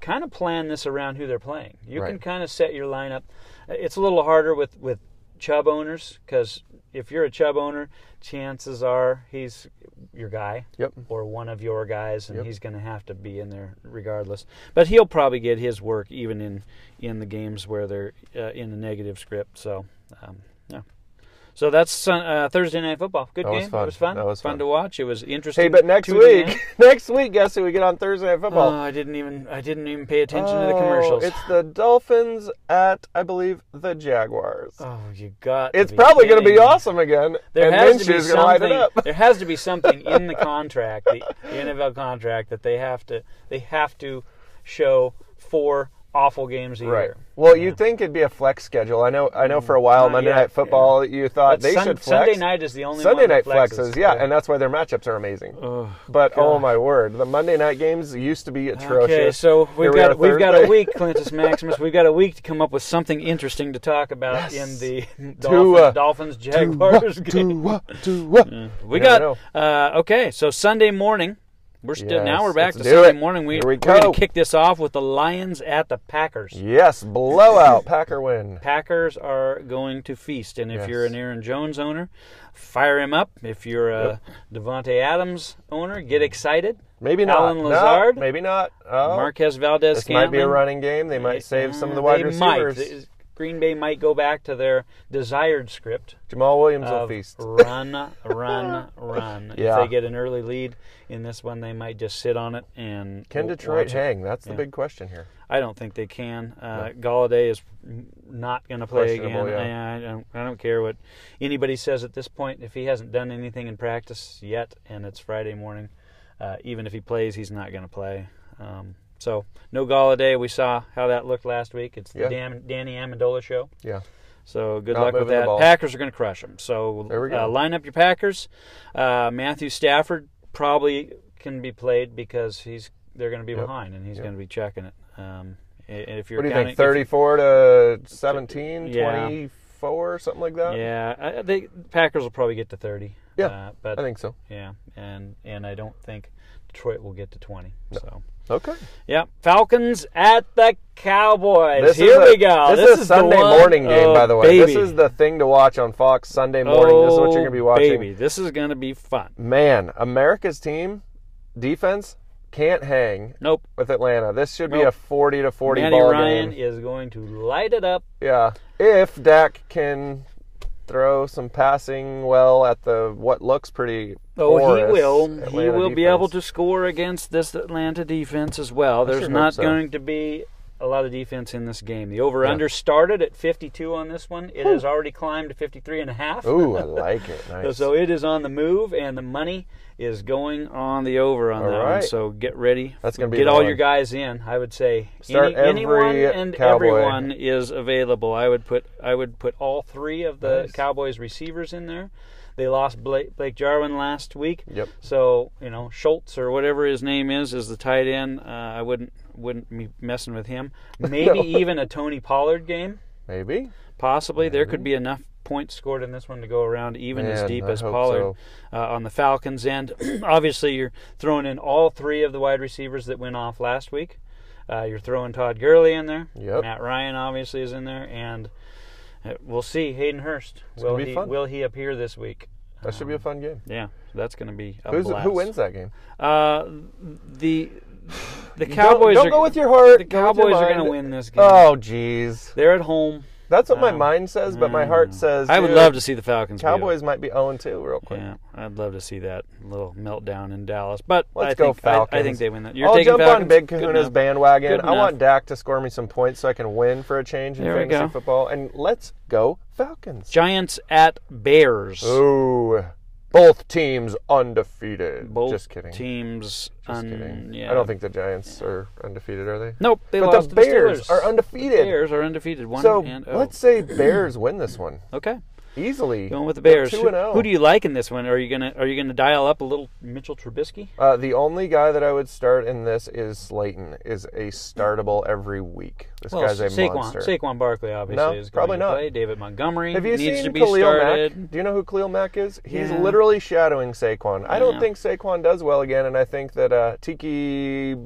A: kind of plan this around who they're playing. You can
B: Right.
A: kind of set your lineup. It's a little harder with with Chubb owners because if you're a Chubb owner, chances are he's your guy
B: Yep.
A: or one of your guys, and
B: Yep.
A: he's going to have to be in there regardless. But he'll probably get his work even in in the games where they're uh, in the negative script. So. Um, yeah. so that's uh, Thursday night football. Good
B: That was
A: game.
B: fun.
A: It was fun.
B: That was
A: fun
B: fun.
A: to watch. It was interesting.
B: Hey, but next
A: to the end.
B: week, next week, guess who we get on Thursday Night Football?
A: Oh, I didn't even I didn't even pay attention to the
B: Oh,
A: commercials.
B: It's the Dolphins at, I believe, the Jaguars.
A: oh, you got.
B: it's
A: be
B: probably going to
A: kidding
B: be
A: me.
B: awesome again,
A: There
B: and
A: has to be
B: Minshew's going to light it up.
A: something. there has to be something in the contract, the, the NFL contract, that they have to they have to show four awful games a
B: Right.
A: year.
B: Well, you'd think it'd be a flex schedule. I know. I know. For a while,
A: Not
B: Monday
A: yet,
B: Night Football, you thought
A: But
B: they
A: Sun-
B: should flex.
A: Sunday night is the only
B: Sunday
A: one
B: night
A: that
B: flexes, yeah, and that's why their matchups are amazing. but oh
A: gosh.
B: my word, the Monday night games used to be atrocious.
A: Okay, so
B: Here
A: we've
B: we are
A: got we've got a
B: Thursday.
A: week, Clintus Maximus. We've got a week to come up with something interesting to talk about in
B: Yes.
A: the
B: uh,
A: Dolphins Jaguars game.
B: Tua, Tua.
A: We
B: You never
A: got uh, okay. So Sunday morning, we're still now
B: Yes,
A: we're back
B: let's
A: to
B: do
A: Sunday
B: it.
A: morning. We,
B: Here we
A: are gonna
B: go.
A: kick this off with the Lions at the Packers.
B: Yes, blowout Packer win.
A: Packers are going to feast, and if
B: Yes.
A: you're an Aaron Jones owner, fire him up. If you're a Devonte Adams owner, get
B: Mm-hmm.
A: excited.
B: Maybe not.
A: Alan
B: No,
A: Lazard?
B: maybe not. Oh,
A: Marquez Valdez
B: this might be a running game. They might save some of the wide receivers.
A: Green Bay might go back to their desired script
B: Jamal Williams will
A: of
B: feast.
A: run, run, run. If
B: Yeah.
A: they get an early lead in this one, they might just sit on it and
B: Can
A: w-
B: Detroit
A: watch it.
B: hang? That's
A: Yeah.
B: the big question here.
A: I don't think they can. Uh, Galladay is n- not going to play again.
B: Questionable, yeah.
A: I, I don't, I don't care what anybody says at this point. If he hasn't done anything in practice yet, and it's Friday morning, uh, even if he plays, he's not going to play. Um, so no Galladay. We saw how that looked last week. It's the
B: Yeah.
A: Dan, Danny Amendola show.
B: Yeah.
A: So good
B: Not
A: luck with
B: moving the
A: that.
B: ball.
A: Packers are going to crush them. So
B: There we
A: Uh,
B: go.
A: line up your Packers. Uh, Matthew Stafford probably can be played because he's they're going to be
B: Yep.
A: behind and he's
B: Yep.
A: going to be checking it. Um, and if you're
B: What do you
A: counting,
B: think? 34 to 17,
A: Yeah.
B: 24, something like
A: if-
B: that?
A: yeah, I, they Packers will probably get to thirty.
B: Yeah,
A: uh, but
B: I think so.
A: yeah, and and I don't think Detroit will get to twenty. So.
B: Okay.
A: Yeah, Falcons at the Cowboys.
B: This
A: Here
B: is a-
A: we go.
B: This, is,
A: the
B: Sunday
A: one-
B: morning game,
A: oh,
B: by the way. This
A: baby.
B: is the thing to watch on Fox Sunday morning. this is what you're going to be
A: Oh,
B: watching.
A: Baby, this is going to be fun.
B: Man, America's team defense can't hang
A: Nope.
B: with Atlanta. This should be
A: Nope.
B: a 40 to 40
A: Manny
B: ball
A: Ryan
B: game.
A: is going to light it up.
B: Yeah. If Dak can throw some passing well at the what looks pretty
A: Oh, he
B: porous
A: will. he
B: Atlanta
A: will be able
B: defense.
A: to score against this Atlanta defense as well. There's
B: sure hope
A: not
B: so.
A: going to be a lot of defense in this game. The over/under started at 52 on this one. It has already climbed to 53 and a half.
B: Ooh, I like it. Nice.
A: So it is on the move, and the money is going on the over on
B: All
A: that one.
B: right.
A: So get ready.
B: That's gonna be
A: get
B: the
A: all
B: one.
A: your guys in. I would say
B: Start
A: Any- anyone
B: every
A: and
B: Cowboy.
A: everyone is available. I would put I would put all three of the
B: Nice.
A: Cowboys receivers in there. They lost Blake, Blake Jarwin last week.
B: Yep.
A: So you know Schultz or whatever his name is is the tight end. Uh, I wouldn't wouldn't be messing with him. Maybe even a Tony Pollard game.
B: Maybe.
A: Possibly there could be enough points scored in this one to go around even as
B: Man,
A: deep
B: I
A: as
B: hope
A: Pollard uh, on the Falcons end. Obviously, you're throwing in all three of the wide receivers that went off last week. Uh, you're throwing Todd Gurley in there.
B: Yep.
A: Matt Ryan obviously is in there, and uh, we'll see Hayden Hurst. will
B: gonna be
A: he
B: fun.
A: will he appear this week?
B: That should be a fun game.
A: Yeah, that's going to be a
B: Who's,
A: blast.
B: who wins that game?
A: Uh, the the Cowboys.
B: Don't, don't
A: are,
B: go with your heart.
A: The
B: Go with your
A: Cowboys are going to
B: mind.
A: win this game.
B: Oh, jeez.
A: They're at home.
B: That's what my mind says, but my heart says.
A: Mm. I would
B: dude,
A: love to see the Falcons. beat 'em.
B: Cowboys might be 0 2 real quick.
A: Yeah, I'd love to see that little meltdown in Dallas. But
B: Let's
A: I
B: go
A: think, I- I,
B: Falcons.
A: think they win that. You're
B: I'll
A: taking
B: jump
A: Falcons?
B: on Big
A: Good
B: Kahuna's
A: enough. Good
B: bandwagon. I
A: enough.
B: want Dak to score me some points so I can win for a change in
A: There we
B: fantasy
A: go.
B: football. And let's go Falcons.
A: Giants at Bears.
B: Ooh, both teams undefeated.
A: Both
B: Just kidding. Just
A: teams. un-
B: kidding.
A: Yeah.
B: I don't think the Giants are undefeated, are they?
A: Nope, they
B: But
A: lost
B: the
A: to
B: Bears
A: Steelers.
B: are
A: The
B: undefeated.
A: Bears are undefeated. One
B: So
A: and oh.
B: let's say Bears win this one.
A: okay.
B: Easily.
A: Going with the Bears.
B: They're
A: Who,
B: 2-0.
A: who do you like in this one? Are you gonna Are you gonna dial up a little Mitchell Trubisky?
B: Uh, the only guy that I would start in this is Slayton. Is a startable every week. This guy's a
A: Saquon,
B: monster.
A: Saquon Barkley obviously
B: No,
A: is going
B: probably
A: to
B: not.
A: play. David Montgomery
B: Have you
A: needs
B: seen
A: to be
B: Khalil
A: started.
B: Mack? Do you know who Khalil Mack is? He's
A: Yeah.
B: literally shadowing Saquon. I don't
A: Yeah.
B: think Saquon does well again, and I think that uh, Tiki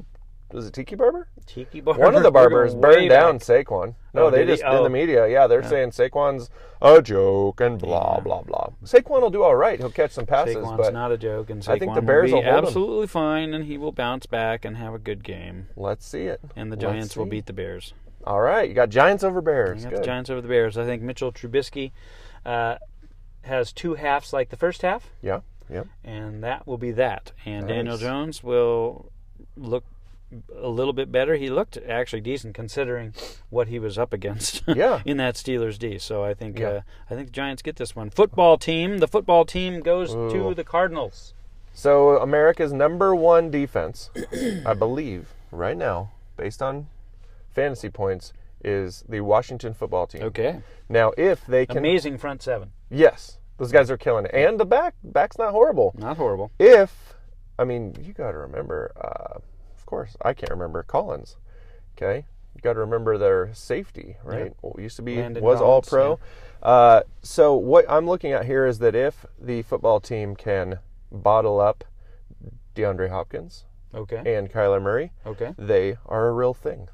B: was it Tiki Barber?
A: Tiki Barber.
B: One of the
A: we're going
B: barbers
A: way
B: burned down
A: back.
B: Saquon. No,
A: Oh,
B: they
A: did he?
B: just in
A: Oh.
B: the media, yeah, they're saying Saquon's a joke and blah
A: Yeah.
B: blah blah. Saquon will do all right. He'll catch some passes,
A: Saquon's
B: but
A: not a joke, and Saquon
B: I think the Bears
A: will
B: will
A: be
B: hold him.
A: absolutely fine, and he will bounce back and have a good game.
B: let's see it.
A: And the
B: Let's
A: Giants will
B: see.
A: beat the Bears.
B: All right, you got Giants over Bears.
A: You got
B: Good.
A: the Giants over the Bears. I think Mitchell Trubisky uh, has two halves like the first half,
B: Yeah, yeah.
A: and that will be that. And Daniel
B: Nice.
A: Jones will look a little bit better. He looked actually decent considering what he was up against
B: Yeah.
A: in that Steelers D. So I think
B: Yeah.
A: uh, I think the Giants get this one. Football team. The football team goes
B: Ooh.
A: to the Cardinals.
B: So America's number one defense, I believe, right now, based on fantasy points, is the Washington football team.
A: Okay.
B: Now, if they can,
A: Amazing front seven.
B: yes, those guys are killing it, and the back back's not horrible.
A: Not horrible.
B: If, I mean, you got to remember, uh, of course, I can't remember Collins. Okay, you got to remember their safety, right? Well, used to be
A: Landon
B: was All
A: Collins,
B: Pro. Uh, so what I'm looking at here is that if the football team can bottle up DeAndre Hopkins
A: Okay.
B: and Kyler Murray,
A: Okay.
B: they are a real thing.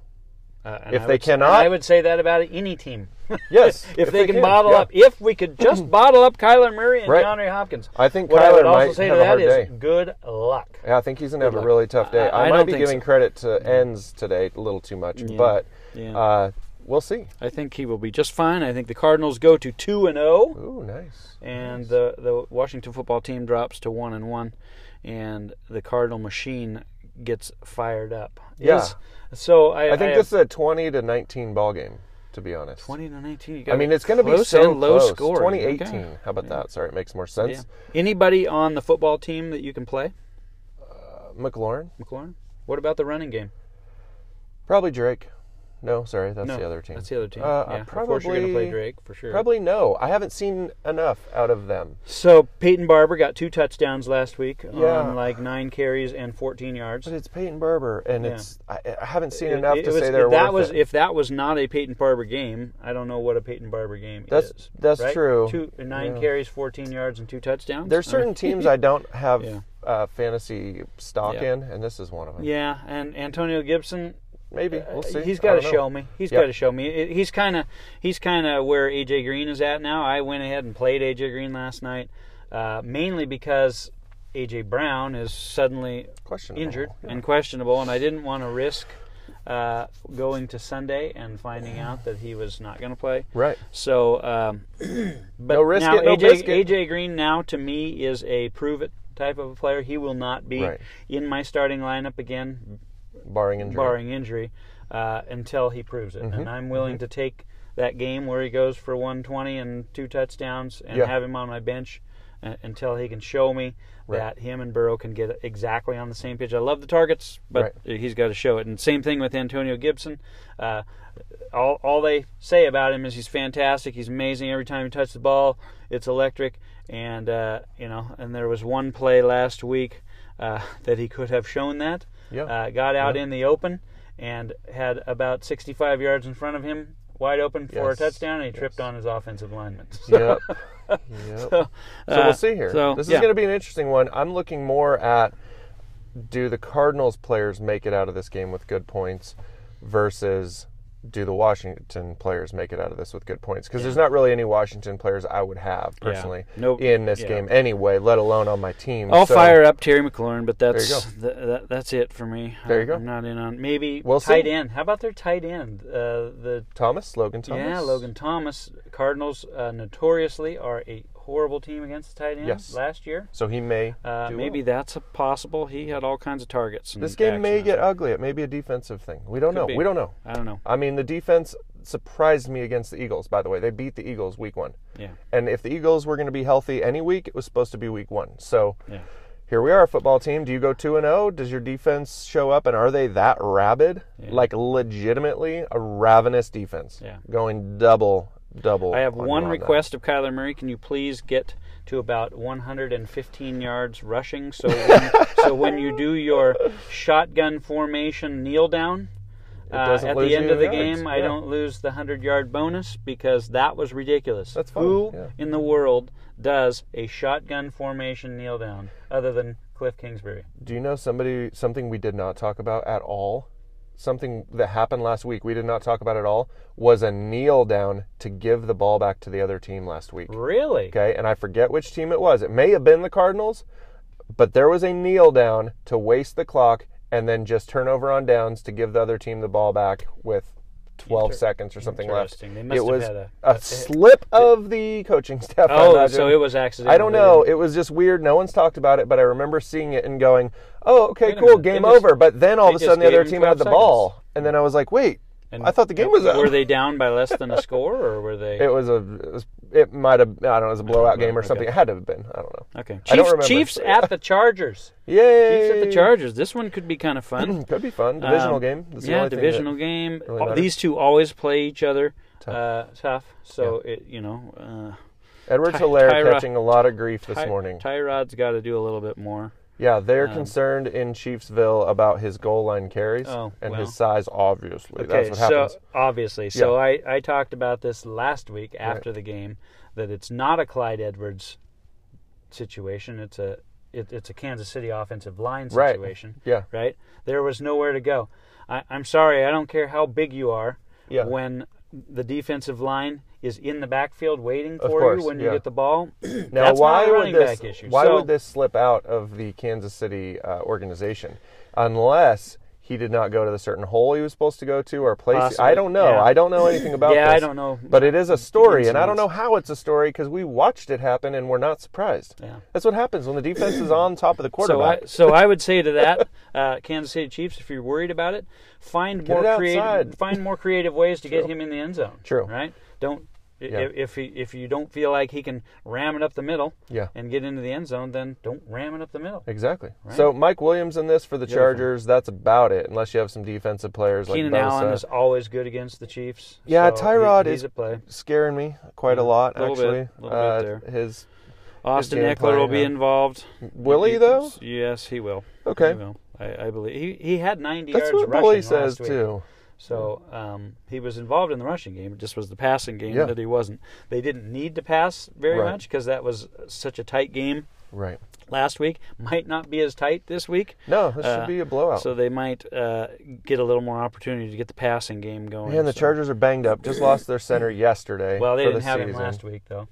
A: Uh, and
B: If
A: I
B: they
A: would s- and
B: cannot-
A: I would say that about any team.
B: Yes,
A: if, they, can, bottle
B: yeah.
A: up, if we could just bottle up Kyler Murray and
B: Right.
A: DeAndre Hopkins.
B: I think
A: What I
B: Kyler
A: would also
B: might
A: say
B: have
A: to
B: a
A: that
B: hard
A: is
B: day.
A: good luck.
B: Yeah, I think he's gonna have a
A: luck.
B: really tough day.
A: I-
B: I,
A: I
B: might
A: don't
B: be
A: think
B: giving
A: so.
B: credit to ends today a little too much, but
A: Yeah.
B: uh, we'll see.
A: I think he will be just fine. I think the Cardinals go to two and zero,
B: Ooh, nice.
A: and the the Washington football team drops to one and one, and the Cardinal machine gets fired up.
B: Yeah.
A: Is- so I,
B: I think
A: I
B: this is a 20 to 19 ball game, to be honest.
A: twenty to nineteen. You
B: I
A: got
B: mean, it's going to be
A: close
B: so
A: and low
B: close.
A: scoring.
B: 2018.
A: Okay.
B: How about that? Sorry, it makes more
A: Yeah.
B: sense.
A: Anybody on the football team that you can play,
B: Uh, McLaurin,
A: McLaurin? What about the running game?
B: probably Drake. No, sorry, that's
A: no,
B: the other team.
A: That's the other team.
B: Uh,
A: yeah,
B: I
A: of course you're going to play
B: probably-
A: Drake for sure.
B: Probably no. I haven't seen enough out of them.
A: So Peyton Barber got two touchdowns last week
B: Yeah.
A: on like nine carries and 14 yards.
B: But it's Peyton Barber, and
A: Yeah.
B: it's I, I haven't seen
A: It-
B: enough
A: it
B: to
A: was-
B: say they're
A: if that
B: worth
A: was
B: it.
A: if that was not a Peyton Barber game, I don't know what a Peyton Barber game
B: That's-
A: is.
B: that's
A: right?
B: true.
A: Two nine
B: Yeah.
A: carries, 14 yards, and two touchdowns.
B: There's
A: I
B: certain
A: mean,
B: teams I don't have
A: Yeah.
B: uh, fantasy stock
A: Yeah.
B: in, and this is one of them.
A: yeah, and Antonio Gibson.
B: Maybe
A: uh,
B: we'll see.
A: He's
B: I
A: got to
B: don't know.
A: show me. He's
B: Yeah.
A: got to show me. It- He's kind of he's kind of where AJ Green is at now. I went ahead and played AJ Green last night, uh, mainly because AJ Brown is suddenly
B: Question.
A: injured and questionable, and I didn't want to risk uh, going to Sunday and finding out that he was not going to play.
B: Right.
A: So, um, but
B: No risk
A: now
B: it, no
A: AJ,
B: biscuit.
A: AJ Green now to me is a prove it type of a player. He will not be
B: Right.
A: in my starting lineup again,
B: Barring injury. Mm-hmm.
A: barring injury, uh, until he proves it. And I'm willing to take that game where he goes for 120 and two touchdowns and
B: Yeah.
A: have him on my bench uh, until he can show me that him and Burrow can get exactly on the same pitch. I love the targets, but he's got to show it. And same thing with Antonio Gibson. Uh, all, all they say about him is he's fantastic. He's amazing every time he touches the ball. It's electric, and uh, you know. And there was one play last week uh, that he could have shown that.
B: Yeah.
A: Uh, got out in the open and had about 65 yards in front of him, wide open for
B: Yes,
A: a touchdown, and he tripped
B: yes.
A: on his offensive lineman. So,
B: yep. yep. So,
A: uh,
B: we'll see here.
A: so,
B: this is
A: yeah.
B: going to be an interesting one. I'm looking more at do the Cardinals players make it out of this game with good points versus do the Washington players make it out of this with good points? Because there's not really any Washington players I would have personally
A: Nope.
B: in this
A: Yeah.
B: game anyway, let alone on my team.
A: I'll
B: So,
A: fire up Terry McLaurin, but that's
B: There
A: th- that, that's it for me.
B: There you go.
A: I'm not in on maybe
B: We'll
A: tight
B: see.
A: end. How about their tight end? Uh, the
B: Thomas, Logan Thomas.
A: yeah, Logan Thomas. Cardinals uh, notoriously are a horrible team against the tight end
B: Yes.
A: last year.
B: So he may.
A: Uh,
B: do
A: maybe
B: well.
A: that's a possible. He had all kinds of targets. and
B: This game may
A: action.
B: get ugly. It may be a defensive thing. We don't know.
A: be.
B: We don't know.
A: I don't know.
B: I mean, the defense surprised me against the Eagles, by the way. They beat the Eagles week one.
A: Yeah,
B: And if the Eagles were going to be healthy any week, it was supposed to be week one. So
A: yeah.
B: here we are, football team. Do you go 2 and 0? Does your defense show up? And are they that rabid? Like, legitimately, a ravenous defense.
A: Yeah.
B: Going double, double.
A: I have
B: on you
A: one
B: on that.
A: request of Kyler Murray. Can you please get to about 115 yards rushing? So when, so when you do your shotgun formation kneel down uh,
B: doesn't
A: at
B: lose
A: the end
B: you
A: of the
B: yards,
A: game, I
B: yeah.
A: don't lose the 100 yard bonus because that was ridiculous.
B: That's fine,
A: Who
B: yeah.
A: in the world does a shotgun formation kneel down other than Cliff Kingsbury?
B: Do you know somebody something we did not talk about at all? Something that happened last week we did not talk about at all was a kneel down to give the ball back to the other team last week.
A: Really?
B: Okay, and I forget which team it was. It may have been the Cardinals, but there was a kneel down to waste the clock and then just turn over on downs to give the other team the ball back with 12
A: Inter-
B: seconds or something left.
A: interesting. They must
B: it
A: have
B: was
A: had a- a-
B: slip of the coaching staff. I
A: Oh,
B: imagine.
A: so it was accidental.
B: I don't know. It was just weird. No one's talked about it, but I remember seeing it and going, "Oh, okay,
A: Wait a
B: cool,
A: minute.
B: game
A: They just-
B: over." But then all
A: they
B: of a
A: just
B: sudden, the
A: gave
B: other
A: him
B: team had
A: 12
B: the ball, and then I was like, "Wait, I thought the game was up."
A: Were they down by less than a score, or were they?
B: It was a. It, was- it might have. I don't know. It was a blowout game or
A: okay.
B: something. It had to have been. I don't know.
A: okay. Chiefs,
B: I don't remember.
A: Chiefs at the Chargers.
B: Yay!
A: Chiefs at the Chargers. This one could be kind of fun.
B: Could be fun. Divisional
A: Um,
B: game. That's the
A: yeah,
B: only thing that-
A: divisional game.
B: really
A: All-
B: matters.
A: These two always play each other. Tough. Uh, tough. So it, you know, uh,
B: Edwards
A: Ty-
B: Hilaire
A: Tyra-
B: catching a lot of grief this
A: Ty- Um,
B: morning.
A: Tyrod's got to do a little bit more.
B: yeah, they're concerned in Chiefsville about his goal line carries
A: Oh,
B: and
A: well.
B: his size. Obviously,
A: Okay,
B: that's what
A: so
B: happens.
A: obviously, so I, I talked about this last week after the game that it's not a Clyde Edwards situation. It's a it, it's a Kansas City offensive line
B: Right.
A: situation.
B: Yeah.
A: Right. There was nowhere to go. I, I'm sorry. I don't care how big you are.
B: Yeah.
A: When the defensive line is in the backfield waiting for
B: course,
A: you when
B: yeah.
A: you get the ball.
B: Now,
A: That's
B: why
A: not a
B: would
A: running
B: this?
A: back issue.
B: Why
A: So-
B: would this slip out of the Kansas City uh, organization, unless he did not go to the certain hole he was supposed to go to or place?
A: Possibly,
B: I don't know.
A: yeah.
B: I don't know anything about.
A: Yeah,
B: this,
A: I don't know.
B: But it is a story, and I don't know
A: Incidents.
B: how it's a story because we watched it happen and we're not surprised.
A: Yeah.
B: That's what happens when the defense is on top of the
A: So I,
B: quarterback.
A: so I would say to that, uh, Kansas City Chiefs, if you're worried about it, find
B: Get it
A: more creative,
B: outside.
A: find more creative ways to get him in the end zone.
B: True.
A: Right? Don't i
B: Yeah.
A: if if, he, if you don't feel like he can ram it up the middle
B: Yeah.
A: and get into the end zone, then don't ram it up the middle.
B: Exactly. So Mike Williams in this for the Chargers. That's about it, unless you have some defensive players
A: Keenan
B: like Bosa.
A: Allen is always good against the Chiefs.
B: yeah,
A: so he-
B: Tyrod
A: he's
B: is
A: a play.
B: scaring me quite a lot.
A: little bit,
B: Actually,
A: little
B: uh,
A: bit there.
B: his
A: Austin
B: game
A: Eckler
B: plan,
A: will be
B: yeah.
A: involved.
B: will he though?
A: Yes, he will.
B: Okay.
A: He will. I, I believe he, he had 90
B: That's
A: yards
B: what
A: rushing
B: Bully
A: last
B: says
A: week.
B: too.
A: So um, he was involved in the rushing game. It just was the passing game
B: Yeah.
A: that he wasn't. They didn't need to pass very
B: Right.
A: much because that was such a tight game
B: Right.
A: last week. Might not be as tight this week.
B: No, this
A: Uh,
B: should be a blowout.
A: So they might uh, get a little more opportunity to get the passing game going.
B: Man, the
A: So-
B: Chargers are banged up. Just lost their center yesterday.
A: Well, they
B: for
A: didn't
B: the
A: have him
B: season.
A: last week though.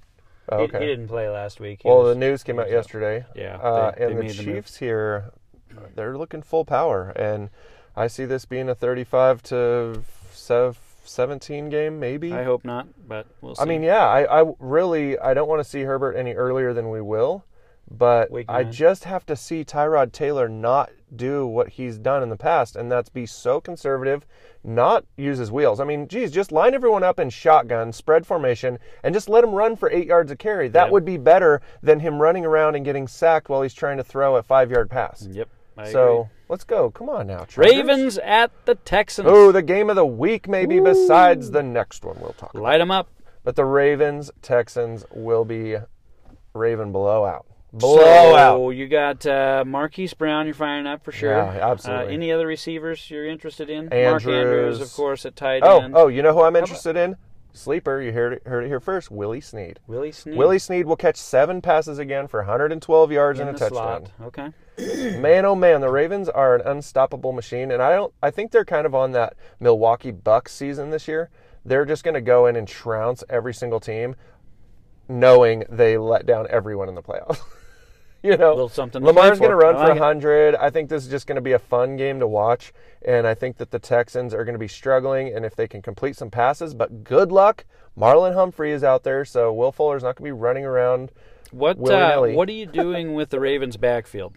B: Oh,
A: He-
B: okay.
A: He, didn't play last week. He
B: well,
A: was-
B: the news came out
A: he was
B: yesterday.
A: Yeah,
B: Uh,
A: they-
B: and
A: they
B: the
A: made the move.
B: Chiefs here, they're looking full power, and I see this being a 35 to sev- 17 game, maybe.
A: I hope not, but we'll see.
B: I mean, yeah, I, I really I don't want to see Herbert any earlier than we will, but
A: Week
B: I
A: nine.
B: just have to see Tyrod Taylor not do what he's done in the past, and that's be so conservative, not use his wheels. I mean, geez, just line everyone up in shotgun, spread formation, and just let him run for eight yards of carry. That
A: Yeah.
B: would be better than him running around and getting sacked while he's trying to throw a five yard pass.
A: yep. I
B: so
A: agree.
B: let's go. Come on now, Chargers.
A: Ravens at the Texans.
B: Oh, the game of the week, maybe besides the next one we'll talk about.
A: Light them up.
B: But the Ravens Texans will be Raven blowout. Blowout.
A: So you got uh, Marquise Brown. You're firing up for sure.
B: Yeah, absolutely.
A: Uh, any other receivers you're interested in? Mark
B: Andrews.
A: Andrews, of course, at tight
B: oh,
A: end.
B: oh, you know who I'm interested in? Sleeper. You heard it, heard it here first. Willie Sneed.
A: Willie Sneed.
B: Willie Sneed will catch seven passes again for 112 yards
A: in
B: and a
A: the
B: touchdown.
A: slot. Okay.
B: Man, oh man, the Ravens are an unstoppable machine, and I don't. I think they're kind of on that Milwaukee Bucks season this year. They're just going to go in and trounce every single team, knowing they let down everyone in the playoffs. you know,
A: Little something to
B: Lamar's
A: play
B: going
A: for.
B: to run
A: I
B: for
A: like it.
B: 100. I think this is just going to be a fun game to watch, and I think that the Texans are going to be struggling, and if they can complete some passes, but good luck. Marlon Humphrey is out there, so Will Fuller's not going to be running around.
A: What uh,
B: Willy-nilly.
A: What are you doing with the Ravens backfield?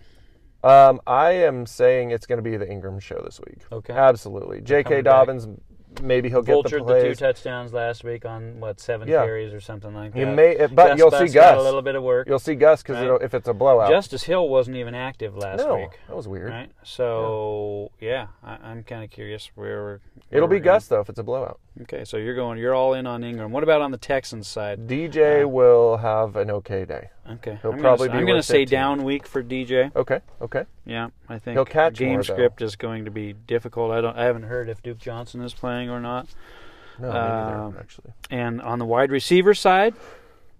B: Um, I am saying it's going to be the Ingram show this week.
A: Okay.
B: Absolutely. J.K.
A: coming back.
B: Dobbins, maybe he'll get
A: Vultured
B: the
A: the, two
B: plays.
A: touchdowns last week on what seven
B: Yeah.
A: carries or something like that.
B: You may- it- but
A: Gus
B: you'll
A: Bus
B: see
A: got a
B: Gus.
A: little bit of work.
B: You'll see Gus because
A: Right.
B: if it's a blowout.
A: Justice Hill wasn't even active last
B: no,
A: week.
B: that was weird.
A: Right. So yeah, I, I'm kind of curious where we're.
B: It'll
A: where
B: be
A: we're gonna-
B: Gus though if it's a blowout.
A: Okay, so you're going, you're all in on Ingram. What about on the Texans side?
B: DJ will have an okay day.
A: Okay,
B: He'll
A: I'm
B: probably
A: gonna,
B: be
A: I'm going to
B: worth
A: say
B: 18.
A: down week for DJ.
B: Okay, okay.
A: Yeah, I think
B: He'll catch
A: game
B: more, though.
A: script is going to be difficult. I don't, I haven't heard if Duke Johnson is playing or not.
B: No,
A: Um,
B: me neither, actually.
A: And on the wide receiver side,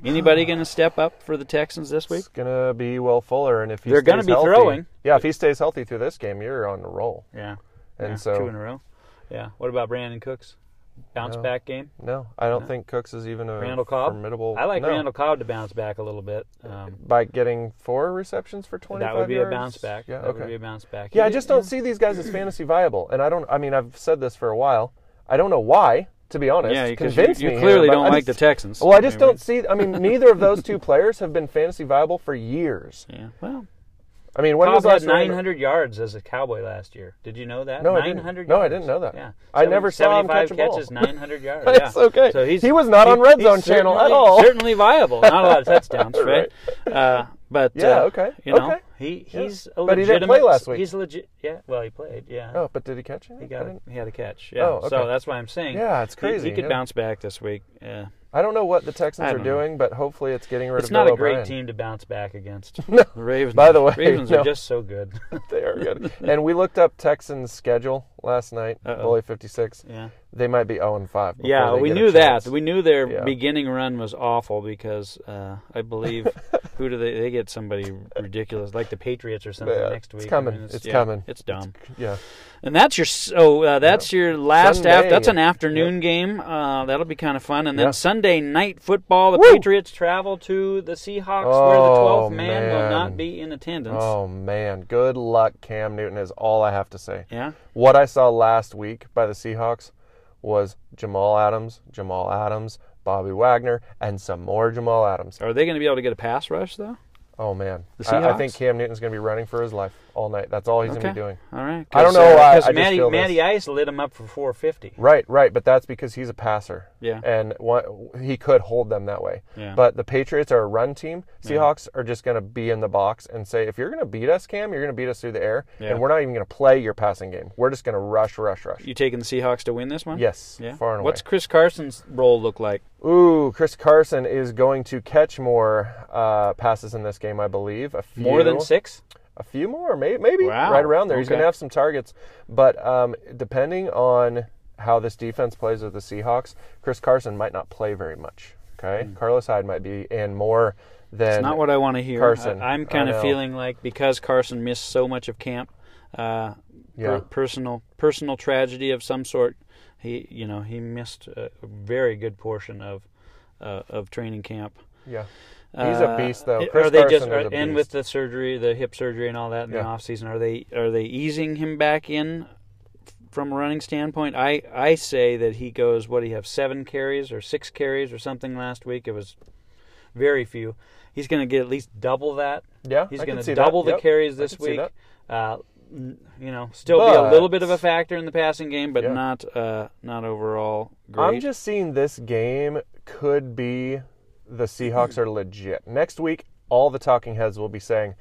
A: anybody going to step up for the Texans this week?
B: It's gonna be Will Fuller, and if he
A: They're
B: stays
A: gonna be
B: healthy-
A: throwing.
B: yeah, if he stays healthy through this game, you're on a roll.
A: Yeah,
B: And
A: Yeah,
B: so-
A: two in a row. Yeah. What about Brandon Cooks? Bounce
B: No.
A: back game.
B: No, I don't
A: No.
B: think Cooks is even a
A: Randall Cobb?
B: formidable.
A: I like
B: no.
A: Randall Cobb to bounce back a little bit. Um,
B: by getting four receptions for 25
A: that would be
B: yards?
A: a bounce back.
B: Yeah,
A: that
B: okay.
A: would be a bounce back.
B: yeah, I
A: He-
B: just don't see these guys as fantasy viable, and I don't. I mean, I've said this for a while. I don't know why. To be honest,
A: Yeah, because you,
B: convince
A: you
B: me.
A: clearly
B: here, but
A: don't
B: I
A: like the
B: just-
A: Texans.
B: Well, I just
A: mean, we-
B: don't see. I mean, neither of those two players have been fantasy viable for years.
A: Yeah. Well,
B: I mean, when
A: Cobb
B: was the
A: had
B: last round-
A: 900 yards as a Cowboy last year. Did you know that?
B: No, I didn't.
A: 900
B: No, I
A: yards.
B: didn't know that.
A: Yeah.
B: I never saw him
A: 75
B: catch a ball.
A: catches, 900 yards.
B: That's
A: yeah.
B: okay.
A: So he's
B: He was not on Red
A: he's
B: Zone Channel at
A: certainly-
B: all.
A: Certainly viable. Not a lot of touchdowns, right? Uh, but
B: Yeah,
A: uh,
B: okay,
A: You know,
B: okay.
A: he
B: Yeah.
A: he's a
B: But he didn't play
A: legitimate-
B: last week.
A: He's legit. Yeah. Well, he played. Yeah.
B: Oh, but did he catch it?
A: He
B: I,
A: got. A,
B: didn't-
A: he had a catch. Yeah.
B: Oh, okay.
A: So that's why I'm saying.
B: Yeah, it's
A: he- He,
B: crazy,
A: could
B: yeah.
A: bounce back this week. Yeah.
B: I don't know what the Texans
A: I
B: are
A: don't know.
B: doing, but hopefully it's getting rid
A: It's
B: of
A: not
B: Bill
A: a great
B: O'Brien.
A: team to bounce back against.
B: No,
A: The Ravens.
B: By the way,
A: Ravens
B: no.
A: are just so good.
B: they are good. and we looked up Texans' schedule last night.
A: Uh-oh.
B: Bully fifty six.
A: yeah.
B: They might be zero and five. before
A: Yeah,
B: they
A: we
B: get a
A: knew that.
B: chance.
A: We knew their
B: Yeah.
A: beginning run was awful because uh, I believe who do they they get somebody ridiculous like the Patriots or something
B: Yeah,
A: next
B: it's
A: week.
B: coming. It's coming.
A: It's dumb.
B: Yeah,
A: And that's your so uh, that's your last af-
B: Sunday.
A: that's an afternoon game. Uh, that'll be kind of fun. And then
B: Yeah.
A: Sunday night football, the
B: Woo!
A: Patriots travel to the Seahawks, where the
B: Oh,
A: twelfth man, will
B: man.
A: not be in attendance.
B: Oh man, good luck, Cam Newton is all I have to say.
A: Yeah,
B: What I saw last week by the Seahawks was Jamal Adams, Jamal Adams, Bobby Wagner, and some more Jamal Adams.
A: are they going to be able to get a pass rush though?
B: Oh man,
A: The
B: I, I think
A: Seahawks?
B: Cam Newton's going to be running for his life all night. That's all he's going to be doing.
A: All right.
B: I don't
A: 'Cause,
B: know why,
A: Because
B: I just
A: Matty,
B: feel this.
A: Matty Ice lit him up for 450.
B: Right, right, but that's because he's a passer.
A: Yeah.
B: and what, he could hold them that way.
A: Yeah.
B: But the Patriots are a run team. Seahawks are just going to be in the box and say, if you're going to beat us, Cam, you're going to beat us through the air,
A: Yeah.
B: and we're not even going to play your passing game. We're just going to rush, rush, rush.
A: You taking the Seahawks to win this one?
B: Yes,
A: Yeah.
B: far and away.
A: What's Chris Carson's role look like?
B: Ooh, Chris Carson is going to catch more uh, passes in this game, I believe. A few,
A: More than six?
B: A few more, may- maybe.
A: Wow.
B: Right around there. He's
A: Okay.
B: going to have some targets. But um, depending on how this defense plays with the Seahawks, Chris Carson might not play very much. Okay? Carlos Hyde might be in more than.
A: Hmm. Not what I want to hear.
B: Carson,
A: I, am
B: I
A: kind
B: know.
A: of feeling like because Carson missed so much of camp, uh,
B: Yeah.
A: per- personal personal tragedy of some sort. He, you know, he missed a very good portion of uh, of training camp.
B: Yeah. He's a beast, though.
A: Uh,
B: Chris
A: are they
B: Carson
A: just
B: is
A: are,
B: a
A: and
B: beast.
A: with the surgery, the hip surgery, and all that in the
B: Yeah.
A: off season? Are they are they easing him back in from a running standpoint? I I say that he goes. What do you have? Seven carries or six carries or something last week? It was very few. He's going to get at least double that.
B: Yeah,
A: he's
B: I can
A: going
B: see
A: to
B: that.
A: double the
B: Yep,
A: carries
B: I
A: this
B: can see
A: week.
B: that.
A: Uh, n- you know, still be a little
B: But-
A: bit of a factor in the passing game, but
B: Yeah.
A: not uh, not overall great.
B: I'm just seeing this game could be the Seahawks are legit. Next week, all the talking heads will be saying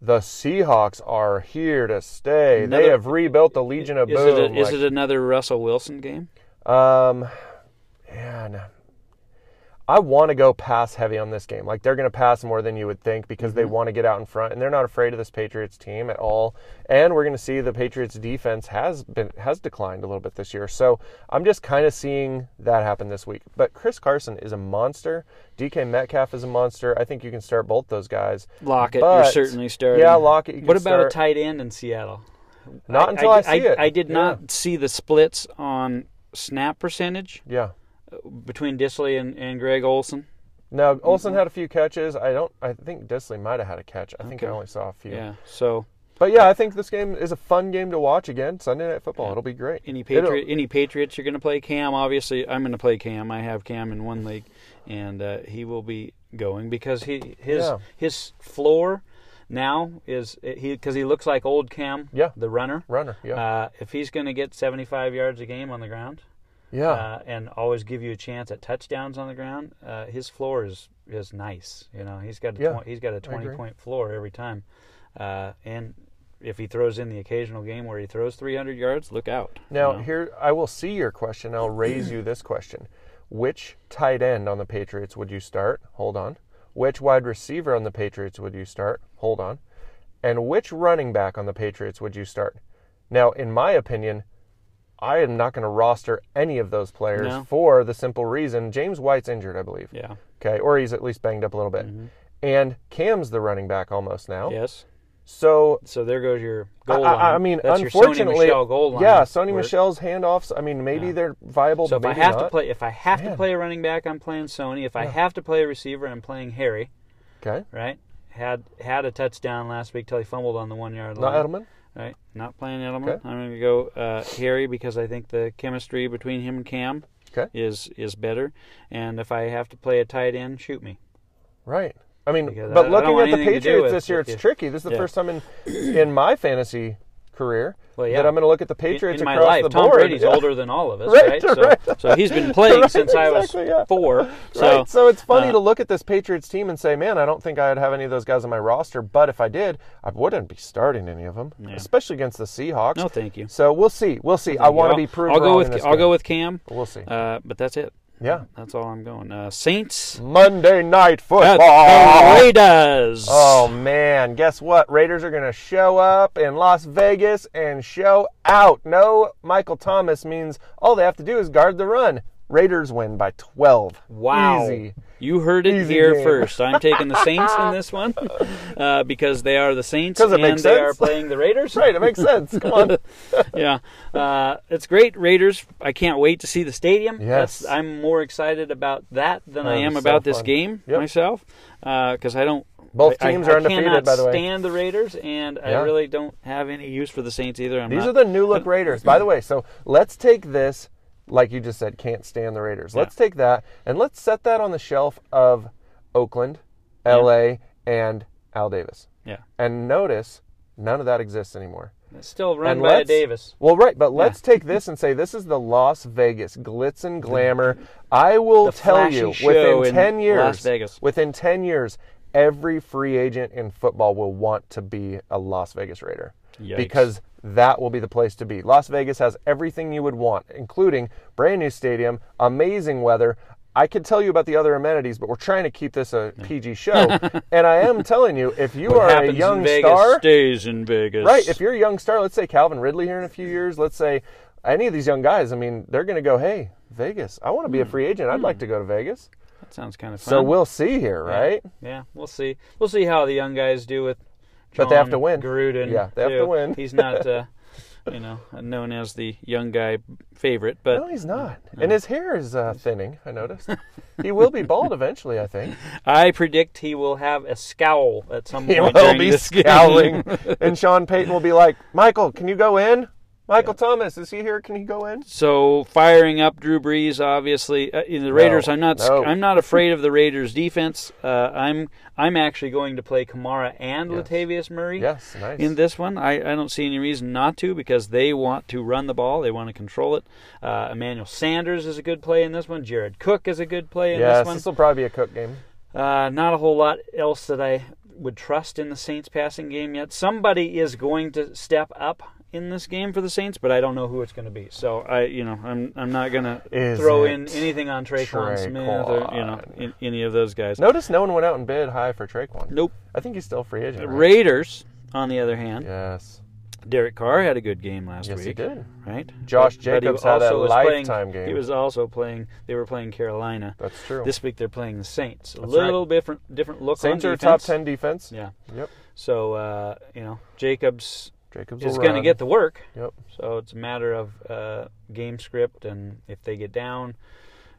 B: the Seahawks are here to stay. they
A: Another-
B: have rebuilt the Legion of
A: is
B: Boom.
A: it a, is
B: Like,
A: it another Russell Wilson game?
B: um, man, I want to go pass heavy on this game. Like they're going to pass more than you would think because
A: Mm-hmm.
B: they want to get out in front and they're not afraid of this Patriots team at all. And we're going to see the Patriots defense has been has declined a little bit this year. So I'm just kind of seeing that happen this week. But Chris Carson is a monster. DK Metcalf is a monster. I think you can start both those guys.
A: Lockett,
B: But-
A: you're certainly starting.
B: Yeah, Lockett. You can
A: What about a
B: start.
A: tight end in Seattle?
B: Not until I, see it.
A: I did
B: Yeah.
A: not see the splits on snap percentage
B: Yeah.
A: between Disley and, and Greg Olson.
B: Now Olson
A: Mm-hmm.
B: had a few catches. I don't. I think Disley might have had a catch. I think I
A: Okay.
B: only saw a few.
A: Yeah. So
B: But yeah, I think this game is a fun game to watch again. Sunday Night Football. It'll be great.
A: any
B: It'll-
A: Patriot, any Patriots, you're going to play Cam. Obviously, I'm going to play Cam. I have Cam in one league, and uh, he will be going because he his
B: Yeah.
A: his floor now is he because he looks like old Cam.
B: Yeah.
A: The runner.
B: runner. Yeah.
A: Uh, if he's going to get 75 yards a game on the ground,
B: yeah.
A: uh, and always give you a chance at touchdowns on the ground. Uh, his floor is is nice. You know, he's got a
B: Yeah,
A: twen- he's got a twenty
B: agree.
A: point floor every time, uh, and if he throws in the occasional game where he throws 300 yards, look out.
B: Now,
A: you know?
B: here I will see your question. I'll raise you this question: Which tight end on the Patriots would you start? Hold on. Which wide receiver on the Patriots would you start? Hold on. And which running back on the Patriots would you start? Now, in my opinion, I am not going to roster any of those players
A: No.
B: for the simple reason James White's injured, I believe.
A: yeah,
B: Okay, or he's at least banged up a little bit.
A: Mm-hmm.
B: And Cam's the running back almost now.
A: yes.
B: So
A: So there goes your
B: I,
A: goal line.
B: I- I mean,
A: That's your Sony
B: unfortunately,
A: Michelle goal line.
B: yeah, Sony
A: work.
B: Michelle's handoffs. I mean, maybe they're viable.
A: So if
B: but
A: I
B: maybe
A: have to
B: not.
A: play, if I have to play a running back, I'm playing Sony. If I have to play a receiver, I'm playing Harry.
B: okay,
A: Right? Had had a touchdown last week till he fumbled on the one yard
B: not
A: line.
B: Edelman.
A: Right? Not playing Edelman.
B: Okay.
A: I'm going to go uh, Harry because I think the chemistry between him and Cam
B: Okay.
A: is is better. And if I have to play a tight end, shoot me.
B: Right. I mean,
A: Because I- I
B: but
A: don't
B: looking
A: want
B: at the
A: anything to do
B: Patriots
A: with-
B: this year,
A: with
B: it's
A: you.
B: tricky. This is the
A: Yeah.
B: first time in in my fantasy career
A: Well, yeah.
B: that I'm going to look at the
A: In,
B: Patriots
A: in my
B: across
A: life,
B: the
A: Tom
B: board.
A: Brady's
B: Yeah.
A: older than all of us,
B: Right,
A: right?
B: right.
A: So, so he's been playing
B: Right,
A: since I was
B: exactly, yeah.
A: four. So,
B: Right. So it's funny
A: uh,
B: to look at this Patriots team and say, man, I don't think I'd have any of those guys on my roster. But if I did, I wouldn't be starting any of them, especially against the Seahawks.
A: No, thank you.
B: So we'll see. We'll see. I want to be proven
A: I'll go
B: wrong
A: with
B: in this
A: I'll
B: game.
A: go with Cam.
B: We'll see.
A: Uh, but that's it.
B: yeah.
A: That's all I'm going. Uh, Saints
B: Monday night
A: at
B: football.
A: the Raiders.
B: Oh man, guess what? Raiders are going to show up in Las Vegas and show out. No, Michael Thomas means all they have to do is guard the run. Raiders win by 12.
A: Wow.
B: Easy.
A: You heard it
B: Easy
A: here
B: game.
A: first. I'm taking the Saints in this one uh, because they are the Saints
B: 'Cause
A: and
B: it makes
A: they are
B: sense.
A: playing the Raiders.
B: Right, it makes sense. Come on.
A: yeah, uh, it's great. Raiders. I can't wait to see the stadium.
B: Yes.
A: I'm more excited about that than I
B: That
A: am
B: is
A: about
B: so
A: this
B: fun.
A: game
B: Yep.
A: myself because I don't.
B: Both
A: I-
B: teams
A: I,
B: are
A: I
B: undefeated
A: cannot
B: by the way.
A: stand the Raiders, and I
B: Yeah.
A: really don't have any use for the Saints either. I'm
B: These
A: not-
B: are the new look Raiders. By the way, so let's take this, like you just said, can't stand the Raiders. Let's take that and let's set that on the shelf of Oakland, LA, and Al Davis.
A: yeah.
B: And notice none of that exists anymore.
A: It's still run
B: And
A: by a
B: let's-
A: Davis.
B: Well, right, but let's take this and say this is the Las Vegas glitz and glamour. I will
A: The
B: tell
A: flashy
B: you
A: show
B: within
A: in
B: 10 years,
A: Las Vegas.
B: within 10 years, every free agent in football will want to be a Las Vegas Raider
A: Yikes.
B: because that will be the place to be. Las Vegas has everything you would want, including brand new stadium, amazing weather. I could tell you about the other amenities, but we're trying to keep this a PG show. and I am telling you, if you are a
A: Happens
B: young
A: in Vegas,
B: star,
A: stays in Vegas.
B: Right. If you're a young star, let's say Calvin Ridley here in a few years, let's say any of these young guys, I mean, they're going to go, hey, Vegas, I want to be a
A: Hmm.
B: free agent. I'd like to go to Vegas.
A: that sounds kind of fun.
B: So we'll see here, right?
A: Yeah, we'll see. We'll see how the young guys do with.
B: But they have to
A: John
B: win.
A: Gruden.
B: Yeah, they have to
A: too.
B: win.
A: He's not, uh, you know, known as the young guy favorite, but
B: No, he's not. And his hair is uh, thinning, I noticed. he will be bald eventually, I think.
A: I predict he will have a scowl at some
B: He
A: point.
B: will
A: during
B: be
A: this game.
B: scowling. and Sean Payton will be like, Michael, can you go in? Michael Thomas, is he here? Can he go in?
A: So firing up Drew Brees, obviously uh, in the Raiders. I'm not. sc-
B: no.
A: I'm not afraid of the Raiders' defense. Uh, I'm. I'm actually going to play Kamara and Latavius Murray.
B: Yes, nice.
A: in this one. I, I don't see any reason not to because they want to run the ball. They want to control it. Uh, Emmanuel Sanders is a good play in this one. Jared Cook is a good play in
B: yes,
A: this
B: this will probably be a cook game.
A: one. Uh, not a whole lot else that I would trust in the Saints passing game yet. Somebody is going to step up in this game for the Saints, but I don't know who it's going to be. So I, you know, I'm I'm not going to
B: Is
A: throw
B: it
A: in anything on Traquan Smith or you know in, any of those guys.
B: Notice no one went out and bid high for Traquan.
A: Nope.
B: I think he's still a free agent. right?
A: Raiders, on the other hand,
B: Yes.
A: Derek Carr had a good game last
B: Yes,
A: week.
B: he did.
A: right?
B: Josh
A: But- but he
B: Jacobs had
A: also
B: a
A: was playing-
B: lifetime game.
A: He was also playing. They were playing Carolina.
B: That's true.
A: This week they're playing the Saints. A
B: right.
A: little different, different look.
B: Saints
A: on
B: are a top
A: defense.
B: ten defense.
A: Yeah.
B: Yep.
A: So uh, you know, Jacobs
B: Jacobs
A: is
B: will
A: going to
B: run.
A: get the work.
B: Yep.
A: So it's a matter of uh, game script and if they get down.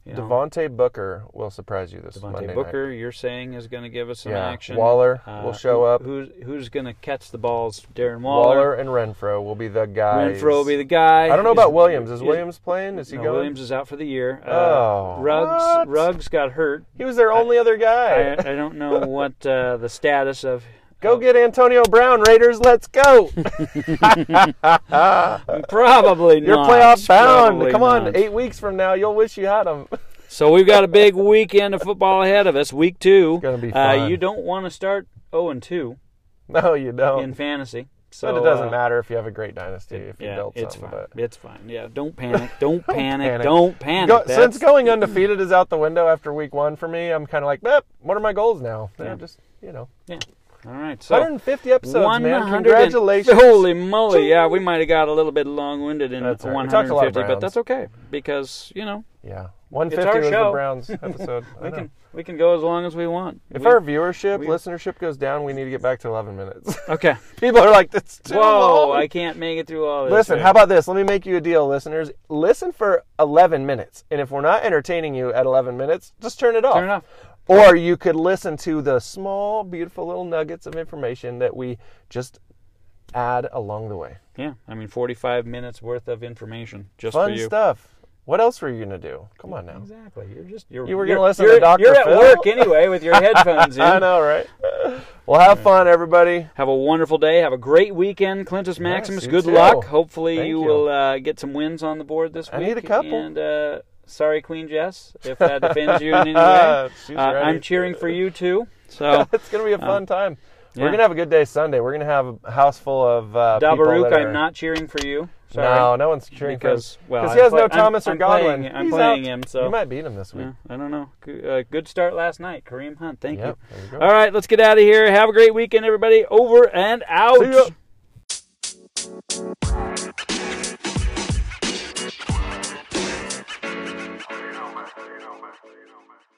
A: You know,
B: Devontae Booker will surprise you this
A: Devontae
B: Monday night.
A: Booker, you're saying is going to give us some
B: Yeah.
A: action. Uh,
B: Waller will show
A: who-
B: up.
A: Who's who's going to catch the balls? Darren
B: Waller
A: Waller.
B: and Renfro will be the guys.
A: Renfro will be the guy.
B: I don't know
A: Is-
B: about Williams. Is
A: is-
B: Williams playing? Is he
A: no,
B: going?
A: Williams is out for the year. Uh,
B: Oh.
A: Ruggs
B: What?
A: Ruggs got hurt.
B: He was their only other
A: I,
B: guy.
A: I don't know what uh, the status of.
B: go get Antonio Brown, Raiders. Let's go.
A: Probably
B: You're
A: not.
B: playoff bound.
A: Probably
B: Come
A: not. Uh,
B: on, eight weeks from now, you'll wish you had him.
A: So we've got a big weekend of football ahead of us. Week two.
B: gonna be
A: Uh,
B: fun.
A: you don't want to start zero oh and two
B: no, you don't.
A: in fantasy. So
B: Oh. But it doesn't
A: uh,
B: matter if you have a great dynasty if you
A: yeah,
B: build
A: it's
B: something.
A: fine.
B: But
A: It's fine. Yeah, don't panic. Don't, panic.
B: panic.
A: Don't panic.
B: Go,
A: That's-
B: since going undefeated is out the window after week one for me, I'm kind of like, "Meh, what are my goals now? They're
A: Yeah.
B: just you know,
A: yeah. All right. So
B: 150 episodes, man.
A: 100 and-
B: Congratulations.
A: Holy moly! Yeah, we might have got a little bit long-winded in
B: That's all right. We talked a lot of
A: 150, but
B: Browns.
A: that's okay because you know
B: Yeah,
A: It's
B: 150
A: our
B: was the
A: show.
B: Browns episode. I
A: we
B: know.
A: can we can go as long as we want.
B: If
A: We-
B: our viewership,
A: we-
B: listenership goes down, we need to get back to 11 minutes.
A: okay.
B: People are like, that's too
A: Whoa!
B: long.
A: I can't make it through all this.
B: Listen,
A: Right.
B: how about this? Let me make you a deal, listeners. Listen for 11 minutes. And if we're not entertaining you at 11 minutes, just turn it off.
A: Turn it off.
B: Or you could listen to the small, beautiful little nuggets of information that we just add along the way.
A: Yeah, I mean, 45 minutes worth of information just for
B: Fun
A: you.
B: stuff. What else were you going to do? Come on now.
A: Exactly. You're just you're,
B: You were
A: you're-
B: gonna listen to
A: you're,
B: Dr.
A: You're at
B: Phil?
A: work anyway with your headphones in.
B: I know, right? well, have fun, everybody.
A: Have a wonderful day. Have a great weekend, Clintus Maximus.
B: you
A: Good
B: too.
A: luck. Hopefully
B: Thank
A: you,
B: you.
A: will uh, get some wins on the board this
B: I
A: week.
B: need a couple.
A: And uh, sorry, Queen Jess, if that offends you in any way.
B: Ah, She's
A: Uh, I'm
B: ready.
A: cheering for you too. So
B: it's gonna be a fun time.
A: yeah.
B: We're gonna have a good day Sunday. We're gonna have a house full of uh, people
A: Dabaruk,
B: that are-
A: I'm not cheering for you.
B: No,
A: Sorry.
B: no one's cheering
A: because well,
B: because
A: I'm
B: he has
A: play-
B: no Thomas
A: I'm,
B: or
A: I'm
B: Godwin.
A: Playing, I'm
B: He's
A: playing
B: out.
A: him, so
B: you might beat him this week.
A: Yeah, I don't know. G- Uh, good start last night, Kareem Hunt. Thank
B: Yep,
A: you.
B: there you go.
A: All right, let's get out of here. Have a great weekend, everybody. Over and
B: See
A: out.
B: ya.
C: You know, man. You know, man. You know, man.